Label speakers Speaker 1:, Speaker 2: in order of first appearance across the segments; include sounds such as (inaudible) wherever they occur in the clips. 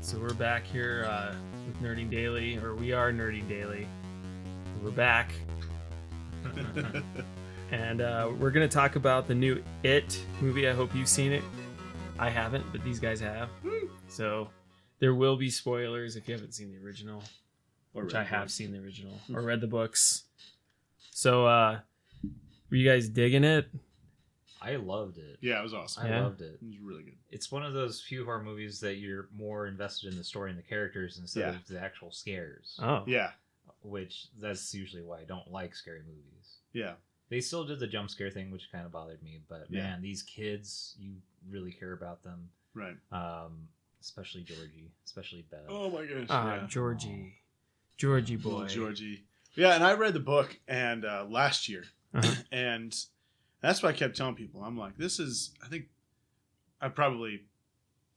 Speaker 1: So we're back here uh, with Nerding Daily, or we are Nerding Daily. We're back,
Speaker 2: (laughs)
Speaker 1: and uh, we're gonna talk about the new It movie. I hope you've seen it. I haven't, but these guys have. So there will be spoilers if you haven't seen the original,
Speaker 2: Or
Speaker 1: which
Speaker 2: Red
Speaker 1: I have
Speaker 2: Bull.
Speaker 1: seen the original or read the books. So uh, were you guys digging it?
Speaker 3: I loved it.
Speaker 2: Yeah, it was awesome.
Speaker 3: I
Speaker 1: Yeah.
Speaker 3: loved it.
Speaker 2: It was really good.
Speaker 3: It's one of those few horror movies that you're more invested in the story and the characters instead
Speaker 2: Yeah.
Speaker 3: of the actual scares,
Speaker 1: Oh,
Speaker 2: Yeah,
Speaker 3: which that's usually why I don't like scary movies.
Speaker 2: yeah,
Speaker 3: They still did the jump scare thing, which kind of bothered me, but
Speaker 2: Yeah.
Speaker 3: man, these kids, you really care about them,
Speaker 2: right.
Speaker 3: um, especially Georgie, especially Beth.
Speaker 2: Oh my gosh.
Speaker 1: Ah,
Speaker 2: yeah.
Speaker 1: Georgie, Georgie
Speaker 2: Little
Speaker 1: boy.
Speaker 2: Georgie. Yeah, and I read the book and uh, last year,
Speaker 1: Uh-huh.
Speaker 2: (clears throat) and that's why I kept telling people. I'm like, this is. I think I probably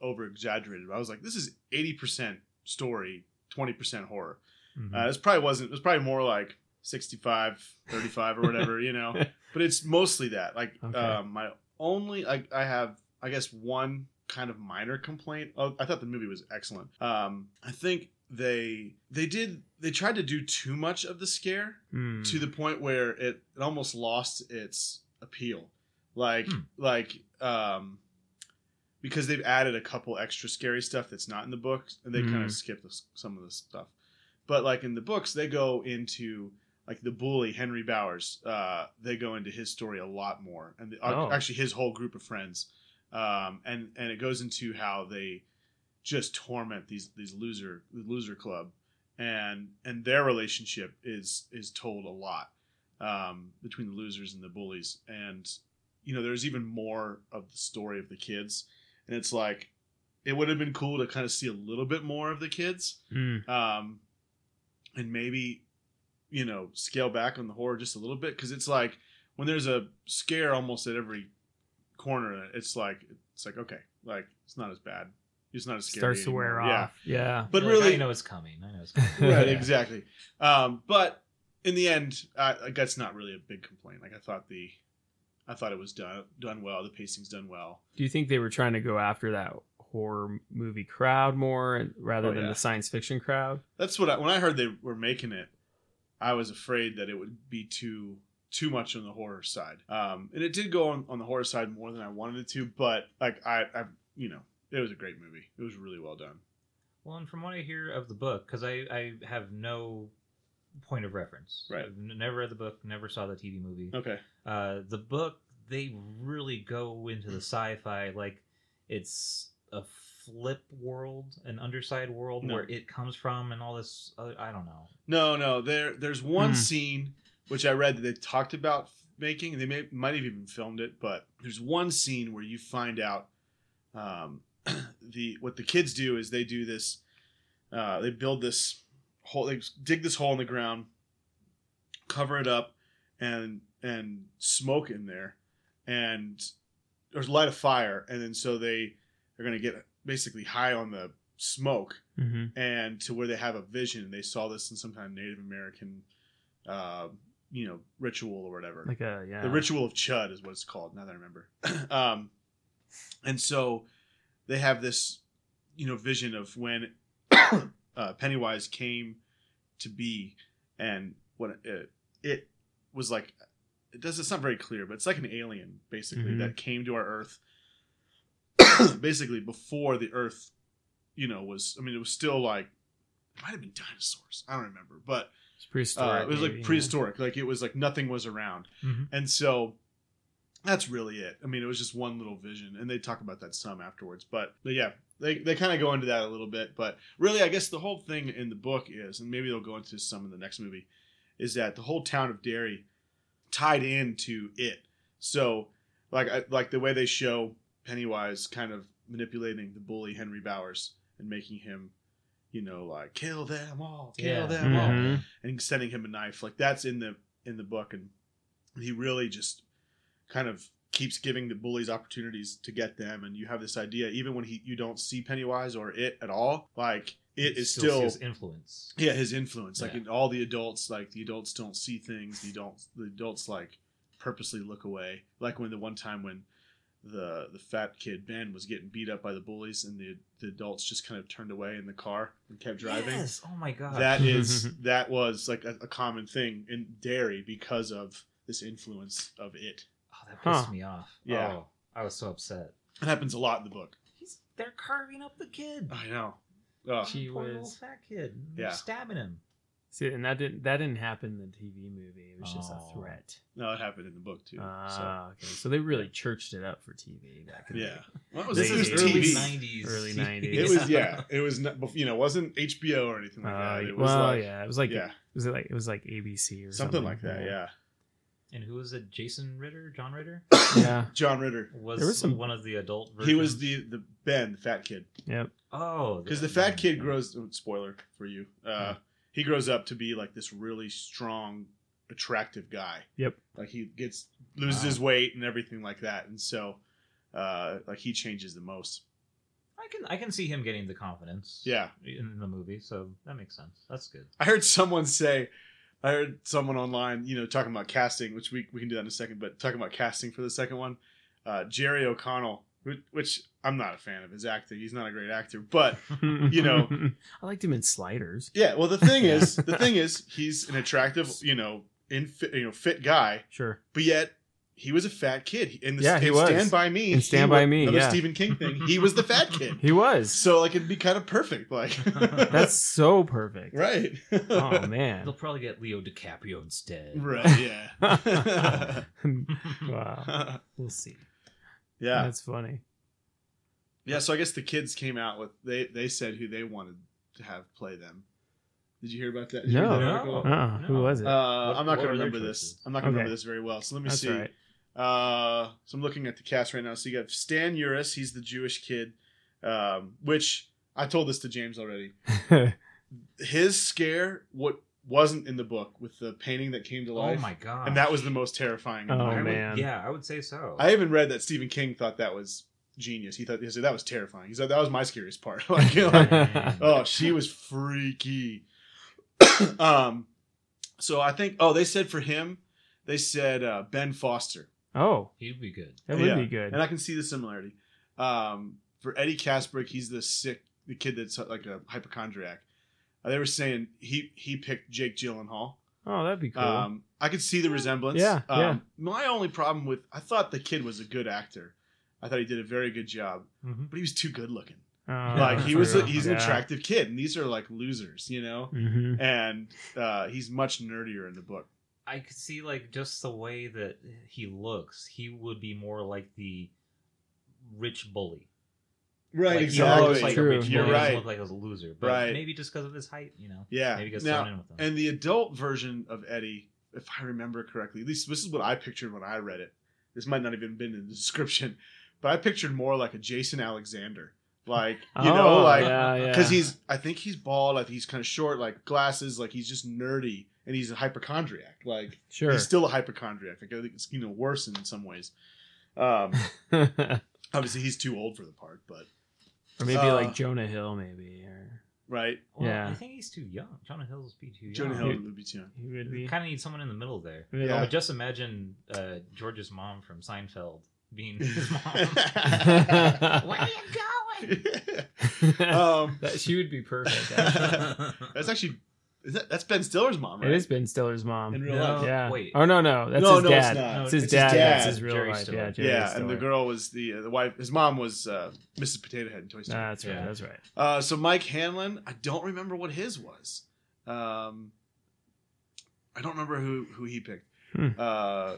Speaker 2: over exaggerated. But I was like, this is 80 percent story, 20 percent horror.
Speaker 1: Mhm.
Speaker 2: Uh, this probably wasn't. It was probably more like 65, 35 or whatever, you know. But it's mostly that. Like
Speaker 1: Okay.
Speaker 2: um, my only, like I have, I guess one kind of minor complaint. Oh, I thought the movie was excellent. Um, I think they they did they tried to do too much of the scare
Speaker 1: Hmm.
Speaker 2: Uh, to the point where it, it almost lost its appeal. Like
Speaker 3: Hmm.
Speaker 2: like um because they've added a couple extra scary stuff that's not in the books and they kind
Speaker 1: Mm.
Speaker 2: of skip the, some of the stuff. But like in the books they go into like the bully Henry Bowers, uh, they go into his story a lot more, and the, uh,
Speaker 1: Oh.
Speaker 2: actually his whole group of friends, um, and and it goes into how they just torment these these loser the loser club, and and their relationship is is told a lot um, between the losers and the bullies, and you know there's even more of the story of the kids, and it's like it would have been cool to kind of see a little bit more of the kids,
Speaker 1: Hmm.
Speaker 2: um, and maybe you know scale back on the horror just a little bit because it's like when there's a scare almost at every corner it's like it's like okay like it's not as bad it's not as scary
Speaker 1: starts to wear
Speaker 2: anymore.
Speaker 1: off. Yeah.
Speaker 2: but
Speaker 3: You're like,
Speaker 2: really
Speaker 3: I know it's coming. I know it's coming.
Speaker 2: (laughs)
Speaker 1: (laughs)
Speaker 2: right
Speaker 3: Yeah.
Speaker 2: exactly um but in the end I, like that's not really a big complaint like i thought the i thought it was done done well the pacing's done well
Speaker 1: Do you think they were trying to go after that horror movie crowd more and- rather
Speaker 2: Oh,
Speaker 1: than
Speaker 2: yeah.
Speaker 1: the science fiction crowd?
Speaker 2: That's what I, when I heard they were making it, I was afraid that it would be too too much on the horror side. Um, and it did go on, on the horror side more than I wanted it to, but like I, I, you know, it was a great movie. It was really well done.
Speaker 3: Well, and from what I hear of the book, because I, I have no point of reference.
Speaker 2: Right.
Speaker 3: I've n- never read the book, never saw the TV movie.
Speaker 2: Okay.
Speaker 3: Uh, the book, they really go into the sci fi, like it's a flip world, an underside world
Speaker 2: No.
Speaker 3: where it comes from, and all this. Other, I don't know.
Speaker 2: No, no, there there's one
Speaker 1: Hmm.
Speaker 2: scene which I read that they talked about making. They may might have even filmed it, but there's one scene where you find out um, (clears throat) the what the kids do is they do this. Uh, they build this hole. They dig this hole in the ground, cover it up, and and smoke in there, and or light a fire, and then so they are going to get basically high on the smoke,
Speaker 1: Mm-hmm.
Speaker 2: and to where they have a vision. They saw this in some kind of Native American, uh, you know, ritual or whatever.
Speaker 1: Like a yeah.
Speaker 2: the ritual of Chud is what it's called. Now that I remember. (clears throat) um, and so they have this, you know, vision of when (coughs) uh, Pennywise came to be, and what it, it was like. It does. It's not very clear, but it's like an alien basically
Speaker 1: Mhm.
Speaker 2: that came to our Earth. (coughs) basically, before the Earth, you know, was I mean, it was still like it might have been dinosaurs. I don't remember, but
Speaker 1: It's prehistoric.
Speaker 2: uh, it was
Speaker 1: maybe,
Speaker 2: like
Speaker 1: yeah. Mm-hmm.
Speaker 2: prehistoric. Like it was like nothing was around,
Speaker 3: Mhm.
Speaker 2: and so that's really it. I mean, it was just one little vision, and they talk about that some afterwards. But, but yeah, they they kind of go into that a little bit. But really, I guess the whole thing in the book is, and maybe they'll go into some in the next movie, is that the whole town of Derry tied into it. So like I, like the way they show Pennywise kind of manipulating the bully Henry Bowers and making him. You know, like kill them all, kill
Speaker 3: Yeah.
Speaker 2: them all
Speaker 1: Mhm.
Speaker 2: and sending him a knife like that's in the in the book and he really just kind of keeps giving the bullies opportunities to get them and you have this idea even when he you don't see pennywise or it at all like it is still,
Speaker 3: sees influence.
Speaker 2: yeah his influence like
Speaker 3: Yeah.
Speaker 2: in all the adults like the adults don't see things the adults the adults like purposely look away like when the one time when the the fat kid Ben was getting beat up by the bullies, and the the adults just kind of turned away in the car and kept driving.
Speaker 3: Yes. Oh my god.
Speaker 2: That is that was like a, a common thing in dairy because of this influence of it.
Speaker 3: oh, that pissed
Speaker 1: Huh.
Speaker 3: me off.
Speaker 2: Yeah.
Speaker 3: Oh, I was so upset.
Speaker 2: It happens a lot in the book.
Speaker 3: He's they're carving up the kid.
Speaker 2: I know. Ugh.
Speaker 1: Gee
Speaker 3: Poor little
Speaker 1: whiz.
Speaker 3: fat kid.
Speaker 2: Oh. Yeah.
Speaker 3: They're stabbing him.
Speaker 1: See, and that didn't that didn't happen in the TV movie. It was just
Speaker 3: Oh.
Speaker 1: a threat.
Speaker 2: No, it happened in the book too. so.
Speaker 1: Ah, okay. So they really churched it up for TV back in the
Speaker 2: Yeah. Oh
Speaker 1: day.
Speaker 2: Well,
Speaker 1: This
Speaker 2: it was
Speaker 1: is
Speaker 2: TV.
Speaker 1: early
Speaker 3: nineties. (laughs)
Speaker 1: Early
Speaker 2: It
Speaker 1: 90s. (laughs)
Speaker 2: was yeah. It was not, bef- you know it wasn't HBO or anything like
Speaker 1: Uh,
Speaker 2: that. It was
Speaker 1: well,
Speaker 2: like
Speaker 1: yeah, it was like
Speaker 2: yeah,
Speaker 1: was it like it was like ABC or
Speaker 2: something
Speaker 1: something,
Speaker 2: like that. Yeah.
Speaker 3: And who was it? Jason Ritter,
Speaker 2: (coughs)
Speaker 3: John Ritter,
Speaker 1: yeah,
Speaker 2: John Ritter.
Speaker 3: was,
Speaker 1: There was some-
Speaker 3: one of the adult. Versions.
Speaker 2: He was the the Ben, the fat kid.
Speaker 1: yep.
Speaker 3: oh
Speaker 2: Because the
Speaker 3: that-
Speaker 2: fat kid grows. oh, Spoiler for you. Uh, He grows up to be like this really strong, attractive guy.
Speaker 1: Yep.
Speaker 2: Like he gets loses his weight and everything like that, and so uh, like he changes the most.
Speaker 3: I can I can see him getting the confidence.
Speaker 2: Yeah.
Speaker 3: in the movie, so that makes sense. That's good.
Speaker 2: I heard someone say, I heard someone online, you know, talking about casting, which we, we can do that in a second, but talking about casting for the second one, uh, Jerry O'Connell, which, which I'm not a fan of his acting. He's not a great actor, but (laughs)
Speaker 1: You
Speaker 2: know.
Speaker 1: (laughs) I liked him in Sliders.
Speaker 2: yeah. Well, the thing
Speaker 1: (laughs)
Speaker 2: is, the thing is, he's an attractive, you know, in fit, you know, fit guy,
Speaker 1: Sure.
Speaker 2: but yet he was a fat kid. In the
Speaker 1: Yeah, he
Speaker 2: in
Speaker 1: was.
Speaker 2: Stand by Me,
Speaker 1: In
Speaker 2: he
Speaker 1: Stand
Speaker 2: was-
Speaker 1: By Me,
Speaker 2: another
Speaker 1: yeah.
Speaker 2: Stephen King thing. He was the fat kid,
Speaker 1: He was.
Speaker 2: so like it'd be kind of perfect.
Speaker 3: (laughs)
Speaker 2: Like
Speaker 1: That's so perfect.
Speaker 2: (laughs) right.
Speaker 1: (laughs) Oh
Speaker 3: They'll
Speaker 1: man.
Speaker 3: probably get Leo DiCaprio instead.
Speaker 2: (laughs) right. Yeah. (laughs)
Speaker 1: (laughs) wow. We'll see. (laughs)
Speaker 2: yeah.
Speaker 1: That's funny.
Speaker 2: Yeah, so I guess the kids came out with they they said who they wanted to have play them. Did you hear about that? Did you
Speaker 1: No.
Speaker 2: read that article?
Speaker 1: Uh, uh Who
Speaker 3: No.
Speaker 1: was it?
Speaker 2: Uh, I'm not going
Speaker 3: What
Speaker 2: to
Speaker 3: were their
Speaker 2: remember this.
Speaker 3: choices?
Speaker 2: I'm not going to
Speaker 1: Okay.
Speaker 2: remember this very well. So let me
Speaker 1: That's
Speaker 2: see.
Speaker 1: right.
Speaker 2: Uh, so I'm looking at the cast right now. So you got Stan Uris, he's the Jewish kid, um, which I told this to James already. His scare what wasn't in the book with the painting that came to
Speaker 3: (laughs) Oh
Speaker 2: life,
Speaker 3: my god.
Speaker 2: and that was the most terrifying. in
Speaker 1: Oh,
Speaker 2: my-
Speaker 3: I would-
Speaker 1: man.
Speaker 3: yeah, I would say so. (laughs)
Speaker 2: I even read that Stephen King thought that was genius. He thought he said that was terrifying. He said that was my scariest part. (laughs) like, you know, like, oh, she was freaky. (coughs) um, so I think oh they said for him they said uh, Ben Foster,
Speaker 1: (laughs) oh,
Speaker 3: He'd be good.
Speaker 1: that would
Speaker 2: Yeah.
Speaker 1: be good.
Speaker 2: and I can see the similarity. Um, for Eddie Casbrick, he's the sick the kid that's uh, like a hypochondriac. Uh, they were saying he he picked Jake Gyllenhaal.
Speaker 1: oh, that'd be cool.
Speaker 2: Um, I could see the resemblance.
Speaker 1: Yeah,
Speaker 2: Um,
Speaker 1: yeah.
Speaker 2: My only problem with I thought the kid was a good actor. I thought he did a very good job,
Speaker 1: Mhm.
Speaker 2: but he was too
Speaker 1: (laughs)
Speaker 2: good looking.
Speaker 1: Oh,
Speaker 2: like he was,
Speaker 1: true.
Speaker 2: a, he's an
Speaker 1: Yeah.
Speaker 2: attractive kid, and these are like losers, you know.
Speaker 1: Mhm.
Speaker 2: And uh, he's much nerdier in the book.
Speaker 3: I could see like just the way that he looks, he would be more like the rich bully.
Speaker 2: Right,
Speaker 3: Like, He
Speaker 1: exactly.
Speaker 3: looks like a
Speaker 1: True.
Speaker 3: rich bully.
Speaker 2: You're
Speaker 3: He doesn't
Speaker 2: right.
Speaker 3: look like a loser, but
Speaker 2: Right.
Speaker 3: maybe just because of his height, you know,
Speaker 2: yeah.
Speaker 3: maybe gets
Speaker 2: Now,
Speaker 3: thrown in with him.
Speaker 2: and the adult version of Eddie, if I remember correctly, at least this is what I pictured when I read it. This might not even have been in the (laughs) description, but I pictured more like a Jason Alexander, like you know,
Speaker 1: Oh,
Speaker 2: like
Speaker 1: yeah, yeah.
Speaker 2: because he's i think he's bald i think he's kind of short like glasses like he's just nerdy and he's a hypochondriac like
Speaker 1: sure.
Speaker 2: he's still a hypochondriac like i think it's you know worse in some ways
Speaker 1: (laughs)
Speaker 2: um
Speaker 1: (laughs) or
Speaker 2: obviously he's too old for the part but
Speaker 1: maybe
Speaker 2: Uh,
Speaker 1: like Jonah Hill, maybe. Or
Speaker 2: right
Speaker 3: Well,
Speaker 1: yeah.
Speaker 3: I think he's too young. Jonah Hill's be too young.
Speaker 2: jonah hill would be too young
Speaker 1: he would be.
Speaker 3: Kind of need someone in the middle there.
Speaker 2: Yeah. (laughs)
Speaker 3: But just imagine uh, George's mom from Seinfeld
Speaker 2: (laughs)
Speaker 3: being his mom. Where are you
Speaker 1: (laughs)
Speaker 2: (laughs) um
Speaker 1: that she would be perfect.
Speaker 2: (laughs)
Speaker 1: actually.
Speaker 3: going?
Speaker 2: that's actually is that, that's ben stiller's mom right
Speaker 1: It is Ben Stiller's mom.
Speaker 2: in real
Speaker 3: No.
Speaker 2: life
Speaker 1: yeah.
Speaker 3: wait.
Speaker 1: Oh no, no, that's
Speaker 2: uh, No,
Speaker 1: his
Speaker 2: no, it's
Speaker 1: dad.
Speaker 2: not.
Speaker 1: It's his
Speaker 2: It's his
Speaker 1: dad. That's
Speaker 2: dad.
Speaker 1: his real
Speaker 3: Jerry
Speaker 1: life.
Speaker 3: Stiller.
Speaker 1: Yeah, Jerry
Speaker 2: yeah and
Speaker 1: Stiller.
Speaker 2: the girl was the uh, the wife his mom was uh mrs potato head in toy story
Speaker 1: Nah, that's right.
Speaker 3: Yeah.
Speaker 1: That's right.
Speaker 2: Uh, so Mike Hanlon, I don't remember what his was. Um, I don't remember who who he picked.
Speaker 1: Hmm.
Speaker 2: Uh,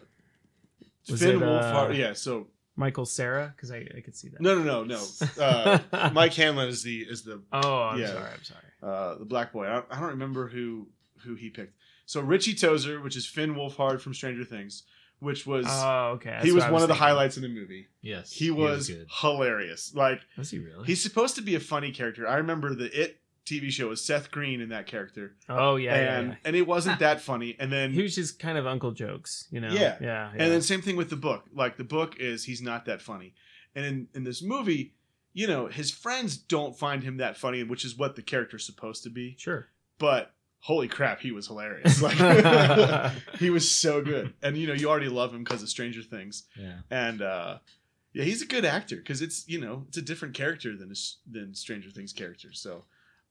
Speaker 1: Was
Speaker 2: Finn
Speaker 1: it,
Speaker 2: Wolfhard.
Speaker 1: uh, (laughs)
Speaker 2: yeah. So
Speaker 1: Michael Sarah, because I, I could see that.
Speaker 2: no, no, no,
Speaker 1: (laughs)
Speaker 2: no. Uh, Mike Hanlon is the is the
Speaker 1: Oh, I'm
Speaker 2: Yeah.
Speaker 1: sorry. I'm sorry.
Speaker 2: uh, the black boy. I don't, I don't remember who who he picked. So Richie Tozer, which is Finn Wolfhard from Stranger Things, which was
Speaker 1: Oh, okay. that's
Speaker 2: he
Speaker 1: what
Speaker 2: was
Speaker 1: I
Speaker 2: one of the
Speaker 1: thinking.
Speaker 2: highlights in the movie.
Speaker 3: yes.
Speaker 2: He was
Speaker 3: good.
Speaker 2: hilarious. Like
Speaker 1: Was he really?
Speaker 2: he's supposed to be a funny character. I remember the It TV show was Seth Green in that character.
Speaker 1: oh yeah, yeah,
Speaker 2: and and it
Speaker 1: (laughs)
Speaker 2: wasn't that funny. And
Speaker 1: yeah.
Speaker 2: then
Speaker 1: He was just kind of uncle jokes, you know.
Speaker 2: Yeah.
Speaker 1: yeah. yeah.
Speaker 2: and then same thing with the book. Like the book is he's not that funny, and in in this movie, you know his friends don't find him that funny, which is what the character's supposed to be. (laughs)
Speaker 1: sure.
Speaker 2: But holy crap, he was hilarious. (laughs)
Speaker 1: (laughs) Oh,
Speaker 3: (laughs)
Speaker 2: Like he was so good, and you know you already love him because of Stranger Things,
Speaker 3: Yeah.
Speaker 2: and uh, Yeah, he's a good actor because it's you know it's a different character than his, than Stranger Things character. So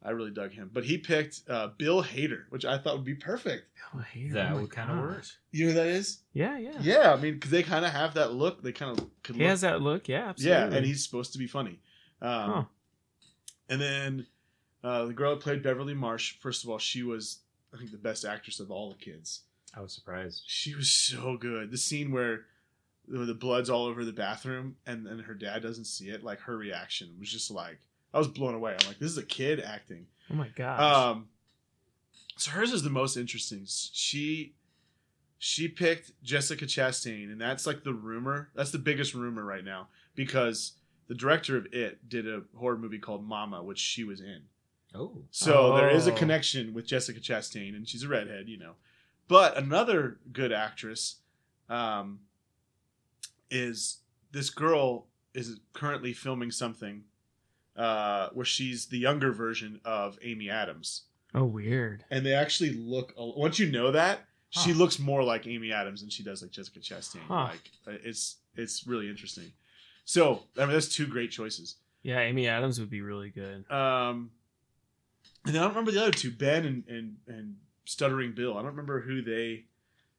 Speaker 2: I really dug him. But he picked uh, Bill Hader, which I thought would be perfect.
Speaker 1: Oh, I hate her.
Speaker 3: That
Speaker 1: my
Speaker 3: would kinda
Speaker 1: gosh.
Speaker 3: work.
Speaker 2: You know who that is?
Speaker 1: Yeah, yeah.
Speaker 2: Yeah, I mean, because they kind of have that look. They kind of can
Speaker 1: He
Speaker 2: look
Speaker 1: has that look. Yeah, absolutely. Oh,
Speaker 2: Yeah, and he's supposed to be funny. Um,
Speaker 1: Huh.
Speaker 2: And then uh, the girl who played Beverly Marsh, first of all, she was, I think, the best actress of all the kids.
Speaker 3: I was surprised.
Speaker 2: She was so good. The scene where the the blood's all over the bathroom and and her dad doesn't see it, like her reaction was just like, I was blown away. I'm like, this is a kid acting.
Speaker 1: Oh my gosh.
Speaker 2: Um, so hers is the most interesting. S- She she picked Jessica Chastain, and that's like the rumor. That's the biggest rumor right now because the director of It did a horror movie called Mama, which she was in.
Speaker 3: Oh,
Speaker 2: So there is a
Speaker 1: Oh.
Speaker 2: connection with Jessica Chastain, and she's a redhead, you know. But another good actress um, is this girl is currently filming something uh, where she's the younger version of Amy Adams,
Speaker 1: oh weird.
Speaker 2: and they actually look once you know that she
Speaker 3: Huh.
Speaker 2: looks more like Amy Adams than she does like Jessica Chastain.
Speaker 1: Huh.
Speaker 2: Like uh, it's it's really interesting. So I mean, that's two great choices.
Speaker 1: Yeah, Amy Adams would be really good.
Speaker 2: Um, and I don't remember the other two, Ben and and and Stuttering Bill. I don't remember who they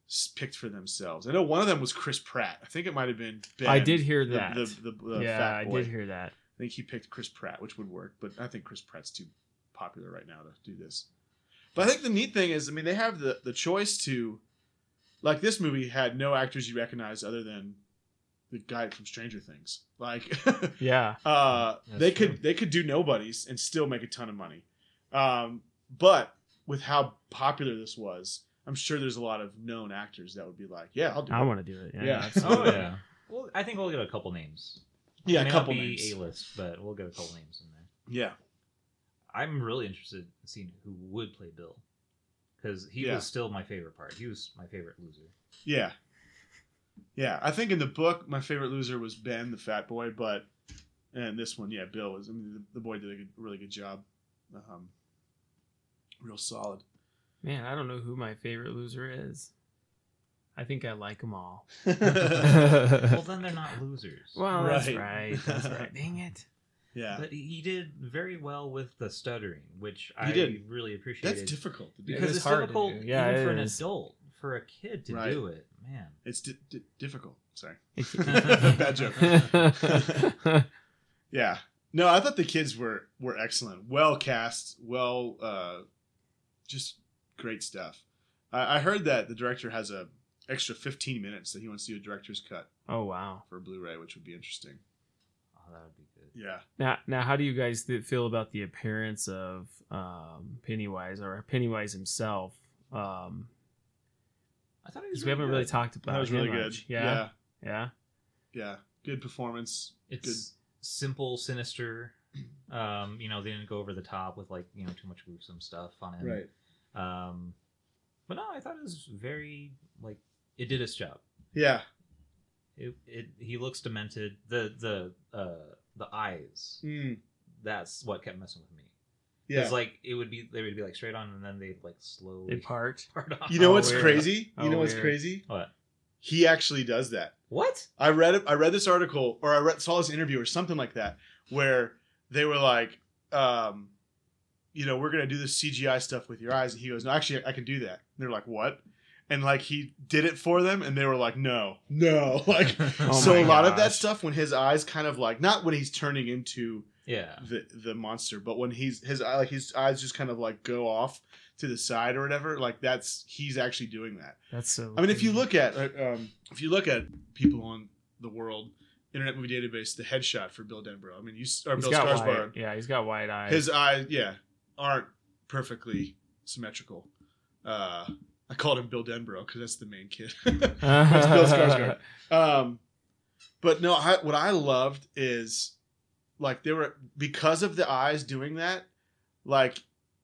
Speaker 2: s- picked for themselves. I know one of them was Chris Pratt. I think it might have been Ben.
Speaker 1: I did hear
Speaker 2: the-
Speaker 1: that.
Speaker 2: The, the, the,
Speaker 1: yeah,
Speaker 2: fat
Speaker 1: I
Speaker 2: boy.
Speaker 1: did hear that.
Speaker 2: I think he picked Chris Pratt, which would work, but I think Chris Pratt's too popular right now to do this. But I think the neat thing is, I mean, they have the the choice to, like, this movie had no actors you recognize other than the guy from Stranger Things. Like, (laughs)
Speaker 1: Yeah.
Speaker 2: Uh,
Speaker 3: That's
Speaker 2: they
Speaker 3: true.
Speaker 2: could they could do nobodies and still make a ton of money. Um, but with how popular this was, I'm sure there's a lot of known actors that would be like, yeah, I'll do
Speaker 1: I
Speaker 2: it.
Speaker 1: want to do it. Yeah.
Speaker 2: Yeah.
Speaker 1: absolutely.
Speaker 3: oh yeah.
Speaker 2: (laughs)
Speaker 3: Well, I think we'll get a couple names.
Speaker 2: yeah,
Speaker 3: It
Speaker 2: a
Speaker 3: may
Speaker 2: couple
Speaker 3: not be
Speaker 2: names.
Speaker 3: A list, but we'll get a couple names in there.
Speaker 2: Yeah,
Speaker 3: I'm really interested in seeing who would play Bill, because he
Speaker 2: Yeah.
Speaker 3: was still my favorite part. He was my favorite loser.
Speaker 2: yeah, yeah. I think in the book, my favorite loser was Ben, the fat boy, but and this one, yeah, Bill was. I mean, the, the boy did a good, really good job. Um, real solid.
Speaker 1: Man, I don't know who my favorite loser is. I think I like them
Speaker 2: (laughs)
Speaker 1: all.
Speaker 2: yeah,
Speaker 3: Well,
Speaker 1: well, (laughs)
Speaker 3: then they're not losers.
Speaker 1: that's
Speaker 2: Right.
Speaker 1: right. That's
Speaker 2: (laughs)
Speaker 1: right. Dang it.
Speaker 3: But he did very well with the stuttering, which I
Speaker 2: He did.
Speaker 3: really appreciated.
Speaker 2: that's difficult to do.
Speaker 1: It
Speaker 3: because
Speaker 1: is
Speaker 3: it's
Speaker 1: hard to
Speaker 3: difficult
Speaker 1: do. Yeah,
Speaker 3: even
Speaker 1: it
Speaker 3: for an
Speaker 1: is.
Speaker 3: adult, for a kid to
Speaker 2: Right.
Speaker 3: do it. Man,
Speaker 2: It's di- di- difficult. Sorry.
Speaker 3: Bad
Speaker 2: joke. Yeah. No, I thought the kids were were excellent. Well cast, well uh just great stuff. I, I heard that the director has a extra 15 minutes that he wants to do a director's cut
Speaker 1: (laughs) oh wow.
Speaker 2: for Blu-ray, which would be interesting.
Speaker 3: oh, that would be good.
Speaker 2: Yeah.
Speaker 1: Now, now, how do you guys th- feel about the appearance of um, Pennywise or Pennywise himself? Um,
Speaker 3: I thought he
Speaker 1: 'cause
Speaker 3: was.
Speaker 1: we haven't really
Speaker 3: good.
Speaker 1: talked about.
Speaker 2: That was
Speaker 1: him
Speaker 2: really good.
Speaker 1: much. Yeah,
Speaker 2: yeah.
Speaker 1: yeah.
Speaker 2: Yeah. Good performance.
Speaker 3: It's simple, sinister. Um, you know, they didn't go over the top with like you know too much gruesome stuff on him. Um, but no, I thought it was very like it did its job.
Speaker 2: Yeah.
Speaker 3: It, it he looks demented. The the uh the eyes.
Speaker 2: Mm.
Speaker 3: That's what kept messing with me.
Speaker 2: Yeah.
Speaker 3: It's like it would be they would be like straight on and then they'd like slowly
Speaker 1: They part.
Speaker 3: (laughs) part off.
Speaker 2: you know
Speaker 1: Oh,
Speaker 2: what's
Speaker 1: weird.
Speaker 2: crazy?
Speaker 1: Oh,
Speaker 2: you know what's
Speaker 1: weird.
Speaker 2: crazy?
Speaker 3: What?
Speaker 2: He actually does that.
Speaker 3: What?
Speaker 2: I read I read this article or I read, saw this interview or something like that where they were like, um, you know, we're gonna do this CGI stuff with your eyes, and he goes, no, actually, I can do that. And they're like, what? And like he did it for them, and they were like, no, no, like.
Speaker 1: Oh
Speaker 2: (laughs) so
Speaker 1: my
Speaker 2: a lot of that
Speaker 1: gosh.
Speaker 2: stuff when his eyes kind of like not when he's turning into
Speaker 3: yeah.
Speaker 2: the the monster, but when he's his eye like his eyes just kind of like go off to the side or whatever, like that's he's actually doing that.
Speaker 1: That's so.
Speaker 2: I mean, if you
Speaker 1: crazy.
Speaker 2: look at uh, um, if you look at people on the world Internet Movie Database, the headshot for Bill Denbrough. I mean, you s- or
Speaker 1: he's
Speaker 2: Bill
Speaker 1: got wide,
Speaker 2: Skarsgård,
Speaker 1: yeah, he's got wide eyes. (laughs)
Speaker 2: his eyes, yeah, aren't perfectly symmetrical. Uh, I called him Bill Denbrough because that's the main kid. (laughs) That's
Speaker 1: (laughs)
Speaker 2: Bill Skarsgård. Um, but no, I, what I loved is like they were because of the eyes doing that, like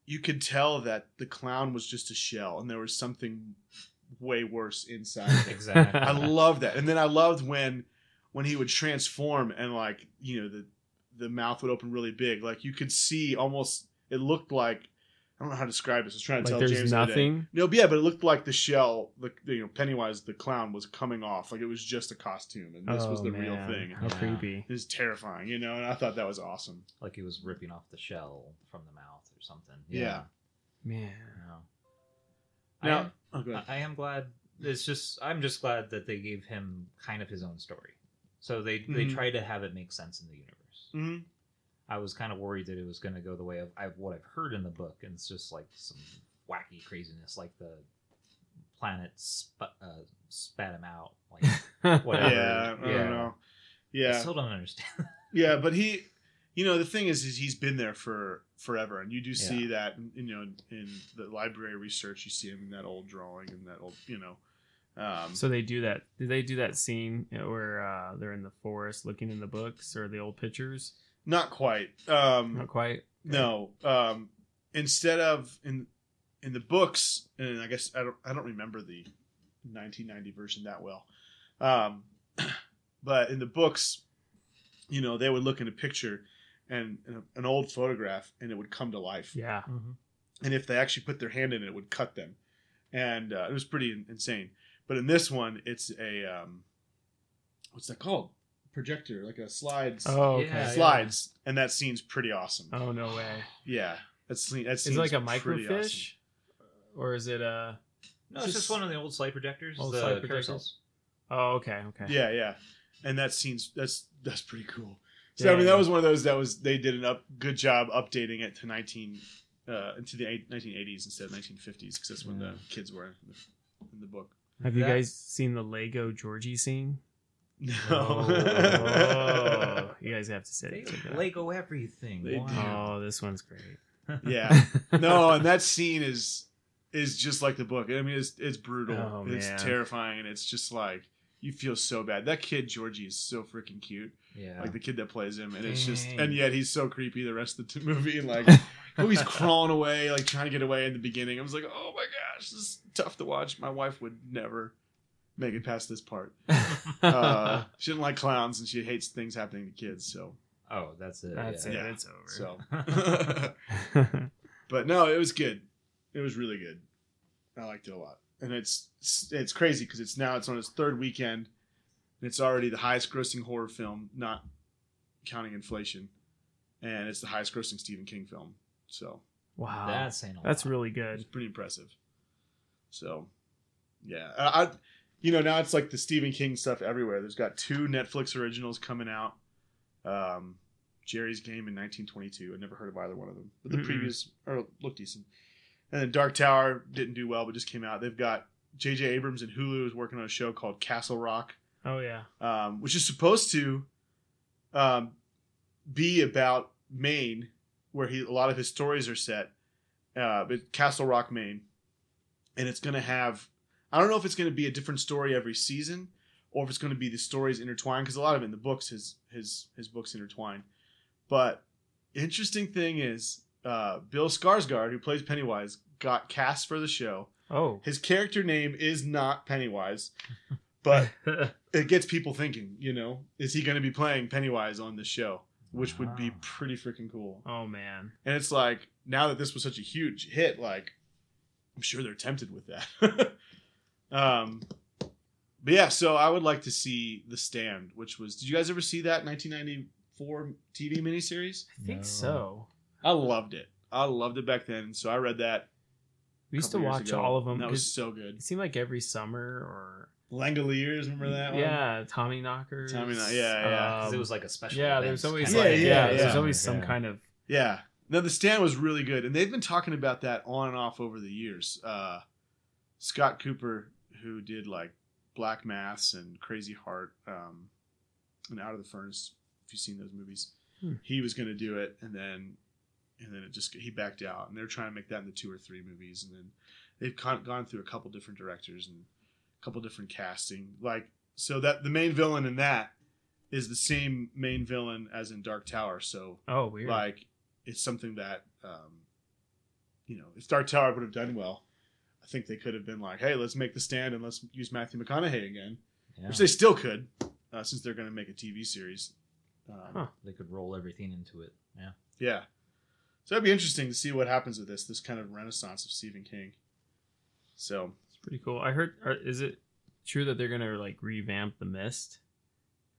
Speaker 2: you could tell that the clown was just a shell and there was something way worse inside. of
Speaker 1: (laughs)
Speaker 2: it.
Speaker 3: Exactly.
Speaker 2: I love that. And then I loved when when he would transform and like, you know, the the mouth would open really big. Like you could see almost it looked like I don't know how to describe this. I was trying to
Speaker 1: Like
Speaker 2: tell
Speaker 1: there's
Speaker 2: James the other day.
Speaker 1: nothing.
Speaker 2: No, but yeah, but it looked like the shell, like you know, Pennywise the clown was coming off. Like it was just a costume, and this was
Speaker 1: Oh,
Speaker 2: the
Speaker 1: man.
Speaker 2: real thing.
Speaker 1: How
Speaker 3: Yeah.
Speaker 1: creepy.
Speaker 2: It was terrifying, you know. And I thought that was awesome.
Speaker 3: like he was ripping off the shell from the mouth or something.
Speaker 2: Yeah.
Speaker 1: Man.
Speaker 3: Yeah.
Speaker 2: Now, oh, go
Speaker 3: I,
Speaker 2: ahead.
Speaker 3: I am glad. It's just I'm just glad that they gave him kind of his own story. So they they
Speaker 2: Mhm.
Speaker 3: tried to have it make sense in the universe.
Speaker 2: Mhm.
Speaker 3: I was kind of worried that it was going to go the way of i what I've heard in the book, and it's just like some wacky craziness, like the planet sp- uh, spat him out. Like
Speaker 2: (laughs) Yeah, I
Speaker 3: Whatever. Yeah.
Speaker 2: don't know.
Speaker 3: I
Speaker 2: Yeah,
Speaker 3: still don't understand.
Speaker 2: yeah, but he, you know, the thing is, is he's been there for forever, and you do see that, in- you know, in the library research, you see him in that old drawing and that old, you know,
Speaker 1: (laughs)
Speaker 2: um,
Speaker 1: So they do that. Did they do that scene where uh, they're in the forest looking in the books or the old pictures?
Speaker 2: not quite. Um,
Speaker 1: Not quite.
Speaker 2: No. Um, instead of in in the books, and I guess I don't I don't remember the 1990 version that well, um, (clears throat) but in the books, you know, they would look in a picture and and an old photograph, and it would come to life.
Speaker 1: Yeah.
Speaker 2: And if they actually put their hand in it, it would cut them, and uh, it was pretty in- insane. But in this one, it's a um, what's that called? Projector, like a slides.
Speaker 1: Oh, okay.
Speaker 3: Yeah,
Speaker 2: slides, and that scene's pretty awesome.
Speaker 1: Oh no way.
Speaker 2: (sighs) Yeah, that's that's
Speaker 1: Is it like a
Speaker 2: pretty
Speaker 1: microfish, or is it a?
Speaker 3: No, it's just one of the old slide projectors.
Speaker 1: Old
Speaker 3: the
Speaker 1: slide projectors?
Speaker 3: carousels.
Speaker 1: Oh, okay, okay.
Speaker 2: awesome. Yeah, yeah, and that scene's that's that's pretty cool. So I
Speaker 1: Yeah,
Speaker 2: mean,
Speaker 1: yeah.
Speaker 2: that was one of those that was they did an up good job updating it to nineteen uh, into the eight- 1980s instead of 1950s because that's when the
Speaker 3: Yeah.
Speaker 2: kids were in the, in the book.
Speaker 1: Have you
Speaker 3: That-
Speaker 1: guys seen the Lego Georgie
Speaker 2: (laughs)
Speaker 1: scene?
Speaker 2: No, (laughs)
Speaker 1: Oh, you guys have to say
Speaker 3: They
Speaker 1: it. check it out.
Speaker 3: Lego everything.
Speaker 2: They do.
Speaker 1: Oh, this one's great.
Speaker 2: yeah,
Speaker 1: (laughs)
Speaker 2: no, and that scene is is just like the book. I mean, it's it's brutal,
Speaker 1: Oh,
Speaker 2: it's
Speaker 1: man.
Speaker 2: terrifying, and it's just like you feel so bad. That kid Georgie is so freaking cute.
Speaker 3: Yeah.
Speaker 2: like the kid that plays him, and it's just,
Speaker 3: Dang.
Speaker 2: and yet he's so creepy the rest of the (laughs) t- movie. Like, oh, he's crawling away, like trying to get away in the beginning. I was like, oh my gosh, this is tough to watch. My wife would never make it past this part.
Speaker 1: (laughs)
Speaker 2: Uh, she didn't like clowns, and she hates things happening to kids. So,
Speaker 3: oh, that's it.
Speaker 1: That's it.
Speaker 2: Yeah.
Speaker 1: It's over.
Speaker 2: so,
Speaker 3: yeah.
Speaker 2: but no, it was good. It was really good. I liked it a lot, and it's it's crazy because it's now it's on its third weekend, and it's already the highest grossing horror film, not counting inflation, and it's the highest grossing Stephen King film. So
Speaker 1: (laughs) wow, that's
Speaker 3: that's saying a lot.
Speaker 1: that's really
Speaker 2: it's
Speaker 1: good.
Speaker 2: pretty impressive. So, yeah, I, I you know now it's like the Stephen King stuff everywhere. There's got two Netflix originals coming out. Um, Jerry's Game in 1922. I never heard of either one of them, but the
Speaker 1: Mm-mm.
Speaker 2: previous or looked decent. And then Dark Tower didn't do well, but just came out. They've got J.J. Abrams and Hulu is working on a show called Castle Rock,
Speaker 1: Oh yeah.
Speaker 2: um, which is supposed to um, be about Maine, where he a lot of his stories are set, uh, but Castle Rock, Maine, and it's going to have I don't know if it's going to be a different story every season or if it's going to be the stories intertwined because a lot of it in the books his his his books intertwine, but interesting thing is uh, Bill Skarsgård who plays Pennywise got cast for the show.
Speaker 1: Oh.
Speaker 2: His character name is not Pennywise, but it gets people thinking, you know, is he going to be playing Pennywise on this show? Which would be
Speaker 1: Ah.
Speaker 3: Wow.
Speaker 2: pretty freaking cool.
Speaker 1: (laughs) oh man.
Speaker 2: And it's like, now that this was such a huge hit, like, I'm sure they're tempted with that. (laughs) um, but yeah, so I would like to see The Stand, which was, did you guys ever see that 1994 TV miniseries?
Speaker 1: I think
Speaker 3: No.
Speaker 1: so.
Speaker 2: I loved it. I loved it back then. So I read that.
Speaker 1: We used to
Speaker 2: a couple years
Speaker 1: watch
Speaker 2: ago,
Speaker 1: all of
Speaker 2: and
Speaker 1: them.
Speaker 2: That
Speaker 1: 'cause
Speaker 2: was so good.
Speaker 1: it seemed like every summer or
Speaker 2: Langoliers, remember that one?
Speaker 1: yeah, Tommy Knockers.
Speaker 2: Tommy Kno- yeah, yeah.
Speaker 3: 'Cause
Speaker 1: Um,
Speaker 3: it was like a special.
Speaker 1: yeah,
Speaker 3: event
Speaker 1: there's always
Speaker 2: Yeah,
Speaker 1: like, yeah,
Speaker 2: yeah,
Speaker 1: there's
Speaker 2: yeah.
Speaker 1: always some
Speaker 3: Yeah.
Speaker 1: kind of
Speaker 2: Yeah. Now the stand was really good, and they've been talking about that on and off over the years. Uh, Scott Cooper, who did like Black Maths and Crazy Heart um, and Out of the Furnace, if you've seen those movies,
Speaker 1: Hmm.
Speaker 2: he was going to do it, and then and then it just he backed out, and they're trying to make that into two or three movies, and then they've con- gone through a couple different directors and a couple different casting, like so that the main villain in that is the same main villain as in Dark Tower, so
Speaker 1: oh weird.
Speaker 2: like it's something that um, you know if Dark Tower would have done well i think they could have been like hey let's make the stand and let's use matthew mcconaughey again
Speaker 3: Yeah.
Speaker 2: which they still could uh, since they're going to make a tv series um,
Speaker 1: Huh.
Speaker 3: They could roll everything into it. Yeah.
Speaker 2: yeah So that'd be interesting to see what happens with this this kind of renaissance of Stephen King. So
Speaker 1: It's pretty cool. I heard. Are, is it true that they're gonna like revamp the Mist?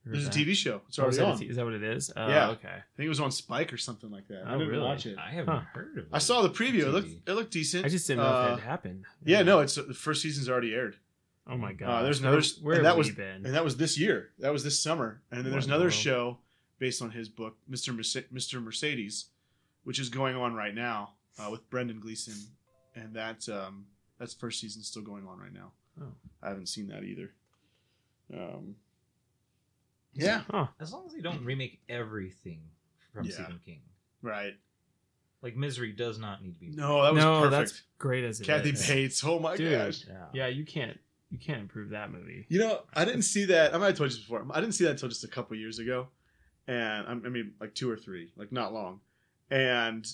Speaker 1: Or
Speaker 2: there's a
Speaker 1: that-
Speaker 2: TV show. It's
Speaker 1: Oh, is
Speaker 2: already
Speaker 1: that a
Speaker 2: on.
Speaker 1: t- Is that what it is? Oh,
Speaker 2: Yeah.
Speaker 1: Okay.
Speaker 2: I think it was on Spike or something like that. I
Speaker 1: Oh,
Speaker 2: didn't
Speaker 1: really?
Speaker 2: watch it.
Speaker 3: I haven't
Speaker 1: Huh.
Speaker 3: heard of.
Speaker 2: I saw the preview. It
Speaker 3: TV.
Speaker 2: looked it looked decent.
Speaker 1: I just didn't know
Speaker 2: Uh,
Speaker 1: if that happened.
Speaker 2: Yeah, no, it's the first season's already aired,
Speaker 1: Oh my god.
Speaker 2: uh, there's
Speaker 1: Where-
Speaker 2: another s-
Speaker 1: Where
Speaker 2: and
Speaker 1: have
Speaker 2: that
Speaker 1: we
Speaker 2: was-
Speaker 1: been?
Speaker 2: and that was this year. That was this summer. And then
Speaker 1: What
Speaker 2: there's
Speaker 1: in the
Speaker 2: another
Speaker 1: world?
Speaker 2: show based on his book, Mister Merce- Mister Mercedes, which is going on right now uh, with Brendan Gleeson, and that um, that's first season still going on right now.
Speaker 1: Oh.
Speaker 2: I haven't seen that either. Um, yeah,
Speaker 1: Huh.
Speaker 3: As long as they don't remake everything from
Speaker 2: Yeah.
Speaker 3: Stephen King,
Speaker 2: right.
Speaker 3: like Misery does not need to be.
Speaker 2: No, that was
Speaker 1: no,
Speaker 2: perfect.
Speaker 1: that's great as it
Speaker 2: Kathy
Speaker 1: (laughs) is.
Speaker 2: Bates. Oh my
Speaker 1: Dude.
Speaker 2: gosh.
Speaker 3: Yeah.
Speaker 1: Yeah, you can't you can't improve that movie.
Speaker 2: You know, I didn't see that. I might have told you this before. I didn't see that until just a couple years ago, and I'm- I mean, like two or three, like not long. And